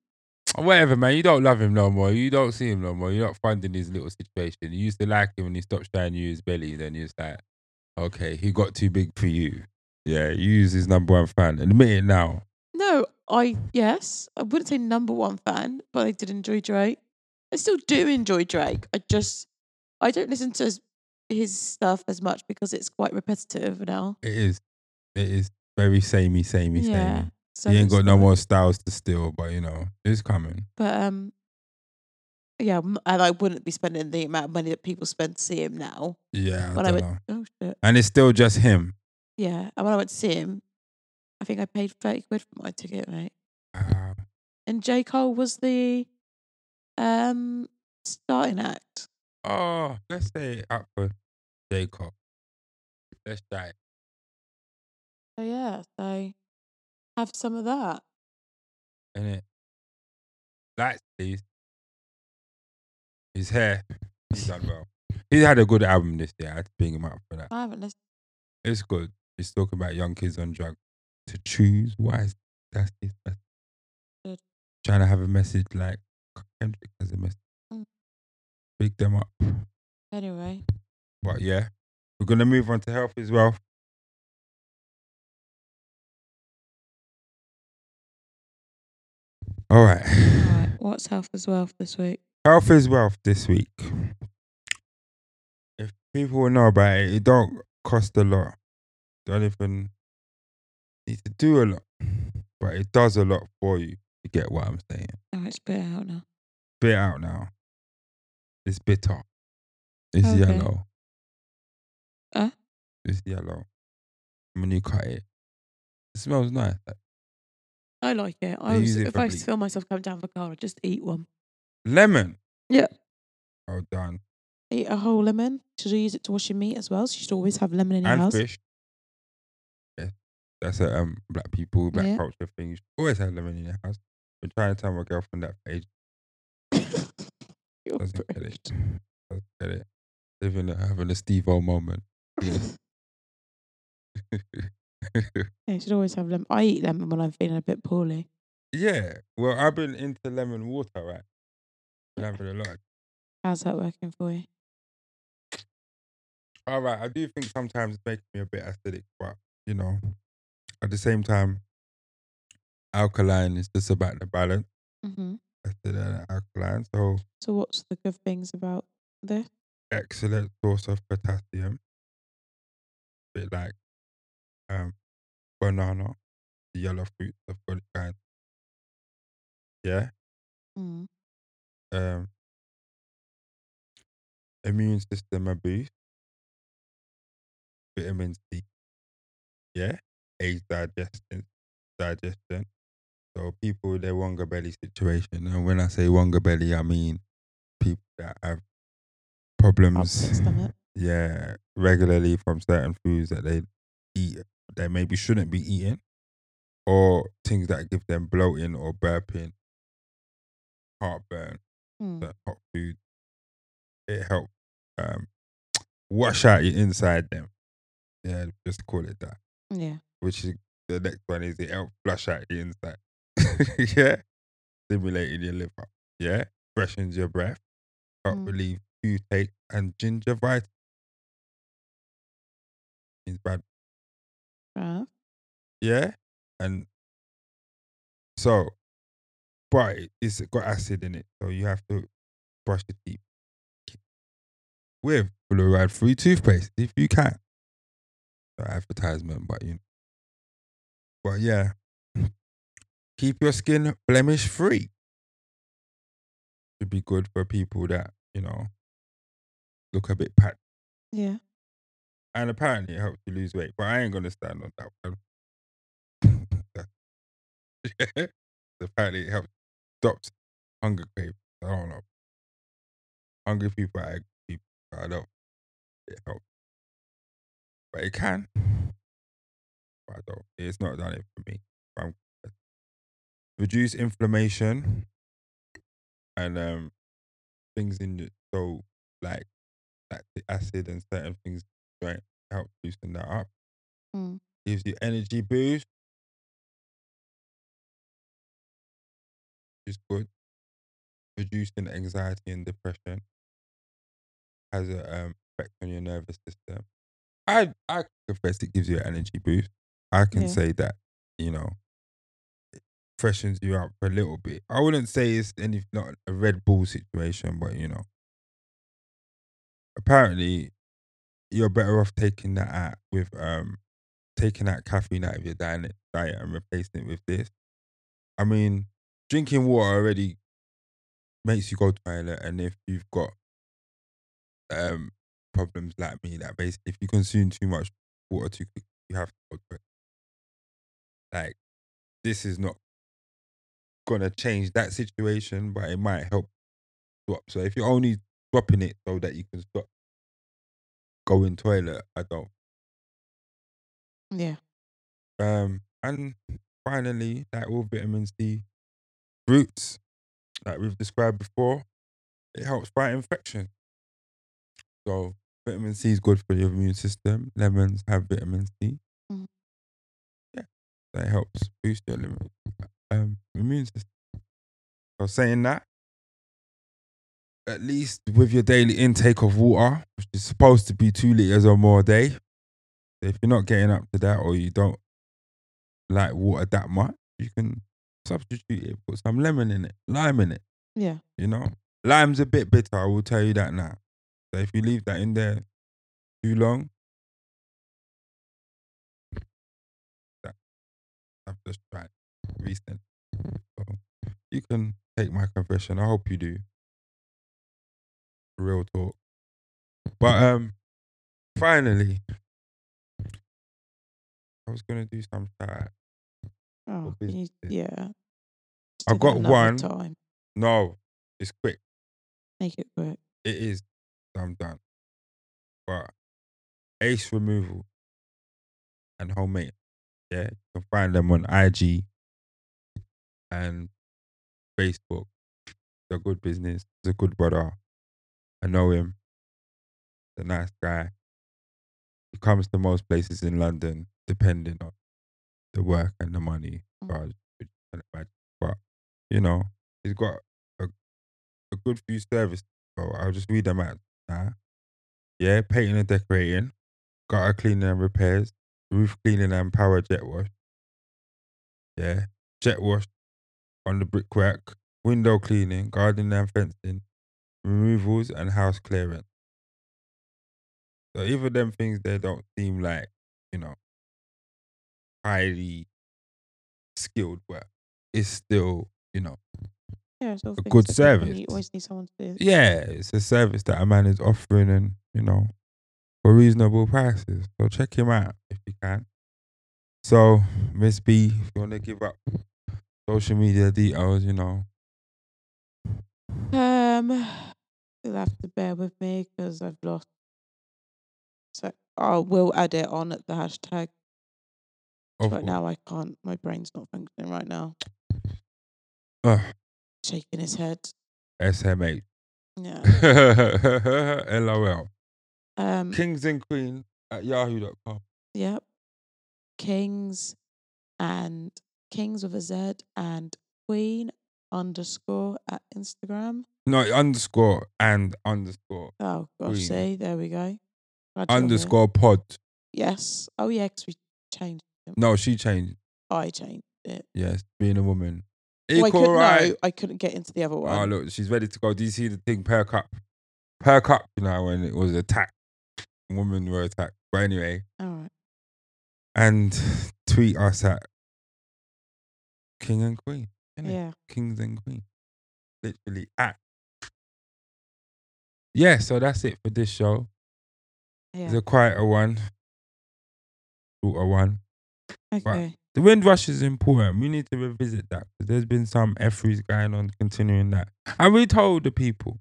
Speaker 1: Whatever, man. You don't love him no more. You don't see him no more. You're not funding his little situation. You used to like him and he stopped showing you his belly. Then you're like, okay, he got too big for you. Yeah, you use his number one fan. Admit it now.
Speaker 2: No, I yes, I wouldn't say number one fan, but I did enjoy Drake. I still do enjoy Drake. I just I don't listen to his, his stuff as much because it's quite repetitive now.
Speaker 1: It is. It is very samey, samey,
Speaker 2: yeah,
Speaker 1: samey.
Speaker 2: so
Speaker 1: he ain't got
Speaker 2: it's
Speaker 1: no
Speaker 2: not-
Speaker 1: more styles to steal, but you know, it's coming.
Speaker 2: But um, yeah, m- and I wouldn't be spending the amount of money that people spend to see him now.
Speaker 1: Yeah, I
Speaker 2: When I
Speaker 1: don't
Speaker 2: would-
Speaker 1: know.
Speaker 2: Oh shit!
Speaker 1: And it's still just him.
Speaker 2: Yeah, and when I went to see him, I think I paid thirty quid for my ticket, mate.
Speaker 1: Uh,
Speaker 2: And J Cole was the um starting act.
Speaker 1: oh, let's say it up for J. Cole. Let's try it.
Speaker 2: So yeah, so have some of that.
Speaker 1: Innit? Lights, please. His hair. He's done well. He's had a good album this year. I had to bring him up for that.
Speaker 2: I haven't listened.
Speaker 1: It's good. He's talking about young kids on drugs. To choose wise. That's his message.
Speaker 2: Good.
Speaker 1: Trying to have a message like Kendrick has a message.
Speaker 2: Mm.
Speaker 1: Big them up.
Speaker 2: Anyway,
Speaker 1: But yeah, we're gonna move on to health as well. All right.
Speaker 2: right, what's health as well for this week?
Speaker 1: Health is wealth this week. If people will know about it, it don't cost a lot. Don't even need to do a lot. But it does a lot for you. You get what I'm saying.
Speaker 2: Oh, it's bit out now.
Speaker 1: Bit out now. It's bitter. It's
Speaker 2: Okay. Uh?
Speaker 1: yellow.
Speaker 2: Huh?
Speaker 1: It's yellow. When you cut it. It smells nice. like
Speaker 2: I like it. I
Speaker 1: They use
Speaker 2: always,
Speaker 1: it
Speaker 2: if
Speaker 1: for
Speaker 2: I
Speaker 1: bleach.
Speaker 2: feel myself coming down for car, I just eat one.
Speaker 1: Lemon.
Speaker 2: Yeah.
Speaker 1: Well done.
Speaker 2: Eat a whole lemon. Should I use it to wash your meat as well? So you should always have lemon in your
Speaker 1: and
Speaker 2: house.
Speaker 1: fish. Yeah. That's a um, black people, black
Speaker 2: Yeah.
Speaker 1: culture thing. You should always have lemon in your house. I've been trying to tell my girlfriend that for ages.
Speaker 2: You're
Speaker 1: Doesn't get it.
Speaker 2: brute.
Speaker 1: Doesn't get it. Living a- having a Steve O moment.
Speaker 2: Yeah, you should always have lemon. I eat lemon when I'm feeling a bit poorly.
Speaker 1: yeah. Well, I've been into lemon water, right? Been having a lot.
Speaker 2: How's that working for you?
Speaker 1: All right. I do think sometimes it's making me a bit acidic, but you know, at the same time, alkaline is just about the balance.
Speaker 2: Mm-hmm.
Speaker 1: Acid and alkaline. So
Speaker 2: So what's the good things about this?
Speaker 1: excellent source of potassium. bit like um, banana, the yellow fruits of good kind. Yeah.
Speaker 2: Mm.
Speaker 1: Um, immune system a boost. Vitamin C. Yeah. Aids digestion. Digestion. So people with their Wonga belly situation, and when I say Wonga belly, I mean people that have
Speaker 2: Upset
Speaker 1: problems.
Speaker 2: stomach.
Speaker 1: yeah, regularly from certain foods that they eat that maybe shouldn't be eating, or things that give them bloating or burping, heartburn,
Speaker 2: Mm.
Speaker 1: that hot food. It helps um, wash out your inside them. Yeah, just call it that.
Speaker 2: Yeah.
Speaker 1: Which is the next one is it helps flush out the inside. yeah, stimulating your liver. Yeah, freshens your breath. Help
Speaker 2: Mm.
Speaker 1: relieve toothache and gingivitis. It's bad
Speaker 2: Right.
Speaker 1: yeah, and so, but it- it's got acid in it, so you have to brush your teeth with fluoride-free toothpaste if you can. Not advertisement, but you. Know. But yeah, keep your skin blemish-free. Should be good for people that you know look a bit patchy,
Speaker 2: Yeah.
Speaker 1: and apparently it helps you lose weight. But I ain't gonna stand on that one. Yeah. Apparently, it helps stops hunger cravings. I don't know. Hungry people are angry people. so I don't. It helps, but it can. But I don't. It's not done it for me. I'm reduce inflammation and um things in the so like lactic acid and certain things right help loosen that up.
Speaker 2: Mm.
Speaker 1: Gives you energy boost. is good. Reducing anxiety and depression has a um, effect on your nervous system. I I confess it gives you an energy boost. I can
Speaker 2: Yeah.
Speaker 1: say that you know it freshens you up a little bit. I wouldn't say it's any not a Red Bull situation, but you know, apparently you're better off taking that out with um taking out caffeine out of your diet diet and replacing it with this. I mean drinking water already makes you go to the toilet and if you've got um problems like me that basically if you consume too much water too quick you have to go to the toilet. like this is not gonna change that situation but it might help swap so if you're only dropping it so that you can stop going toilet i don't
Speaker 2: Yeah.
Speaker 1: Um, and finally, like all vitamin C roots, like we've described before, it helps fight infection. So vitamin C is good for your immune system. Lemons have vitamin C.
Speaker 2: Mhm.
Speaker 1: Yeah, that helps boost your lim- um, immune system. So saying that, at least with your daily intake of water, which is supposed to be two liters or more a day, if you're not getting up to that or you don't like water that much, you can substitute it, put some lemon in it, lime in it,
Speaker 2: Yeah.
Speaker 1: you know? Lime's a bit bitter, I will tell you that now. So if you leave that in there too long, that I've just tried recently. So you can take my confession. I hope you do. Real talk. But um finally I was gonna do some shout out.
Speaker 2: Oh,
Speaker 1: What
Speaker 2: can you,
Speaker 1: business?
Speaker 2: yeah. Just
Speaker 1: I've
Speaker 2: do that
Speaker 1: got
Speaker 2: another
Speaker 1: one.
Speaker 2: Time.
Speaker 1: No, it's quick.
Speaker 2: Make it work.
Speaker 1: It is. I'm done. But Ace Removal and Homemade, yeah, you can find them on IG and Facebook. They're good business. He's a good brother. I know him. He's a nice guy. He comes to most places in London, depending on the work and the money
Speaker 2: Mm.
Speaker 1: charged, which you can imagine. But you know, he's got a, a good few services. So I'll just read them out now. Yeah, painting and decorating, gutter cleaning and repairs, roof cleaning and power jet wash. Yeah, jet wash on the brickwork, window cleaning, gardening and fencing, removals and house clearance. So even them things they don't seem like, you know, highly skilled work. It's still, you know,
Speaker 2: Yeah, it's all things
Speaker 1: good
Speaker 2: that you-
Speaker 1: service.
Speaker 2: You always need someone to do.
Speaker 1: yeah, it's a service that a man is offering and, you know, for reasonable prices. So check him out if you can. So, Miss B, if you want to give up social media details, you know,
Speaker 2: Um, you'll have to bear with me because I've lost. So I will add it on at the hashtag,
Speaker 1: of
Speaker 2: but
Speaker 1: course.
Speaker 2: now I can't. My brain's not functioning right now.
Speaker 1: Ugh,
Speaker 2: Shaking his head.
Speaker 1: SMH.
Speaker 2: Yeah.
Speaker 1: LOL.
Speaker 2: Um.
Speaker 1: Kings and Queens at yahoo.com.
Speaker 2: Yep. Kings and Kings with a Z and Queen underscore at Instagram.
Speaker 1: No, underscore and underscore.
Speaker 2: Oh gosh,
Speaker 1: Queen.
Speaker 2: see, there we go. Glad you're here.
Speaker 1: Underscore pod.
Speaker 2: Yes. Oh yeah, 'cause we changed.
Speaker 1: No, she changed.
Speaker 2: I changed it.
Speaker 1: Yes, being a woman.
Speaker 2: Well, I
Speaker 1: Equal
Speaker 2: couldn't-
Speaker 1: right.
Speaker 2: No, I couldn't get into the other one.
Speaker 1: Oh, look, she's ready to go. Do you see the thing perk up? Perk up, you know, when it was attacked. Women were attacked. But anyway,
Speaker 2: All right.
Speaker 1: and tweet us at King and Queen. innit?
Speaker 2: Yeah.
Speaker 1: Kings and Queens. Literally at. Yeah, so that's it for this show. It's
Speaker 2: Yeah.
Speaker 1: a quieter one, shorter one.
Speaker 2: Okay.
Speaker 1: The Windrush is important. We need to revisit that 'cause there's been some efferys going on, continuing that. And we told the people,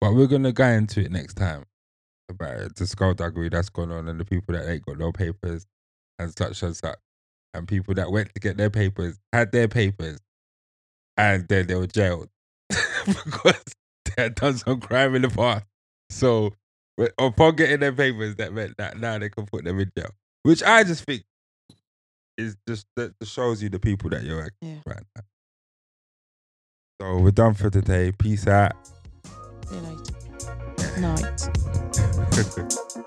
Speaker 1: but we're gonna go into it next time about the skullduggery that's gone on and the people that ain't got no papers and such and such, and people that went to get their papers had their papers, and then they were jailed because they had done some crime in the past. So but upon getting their papers, that meant that now they can put them in jail, which I just think is just that just shows you the people that you're at
Speaker 2: Yeah.
Speaker 1: right now. So we're done for today. Peace out.
Speaker 2: See you later. Night.
Speaker 1: Good.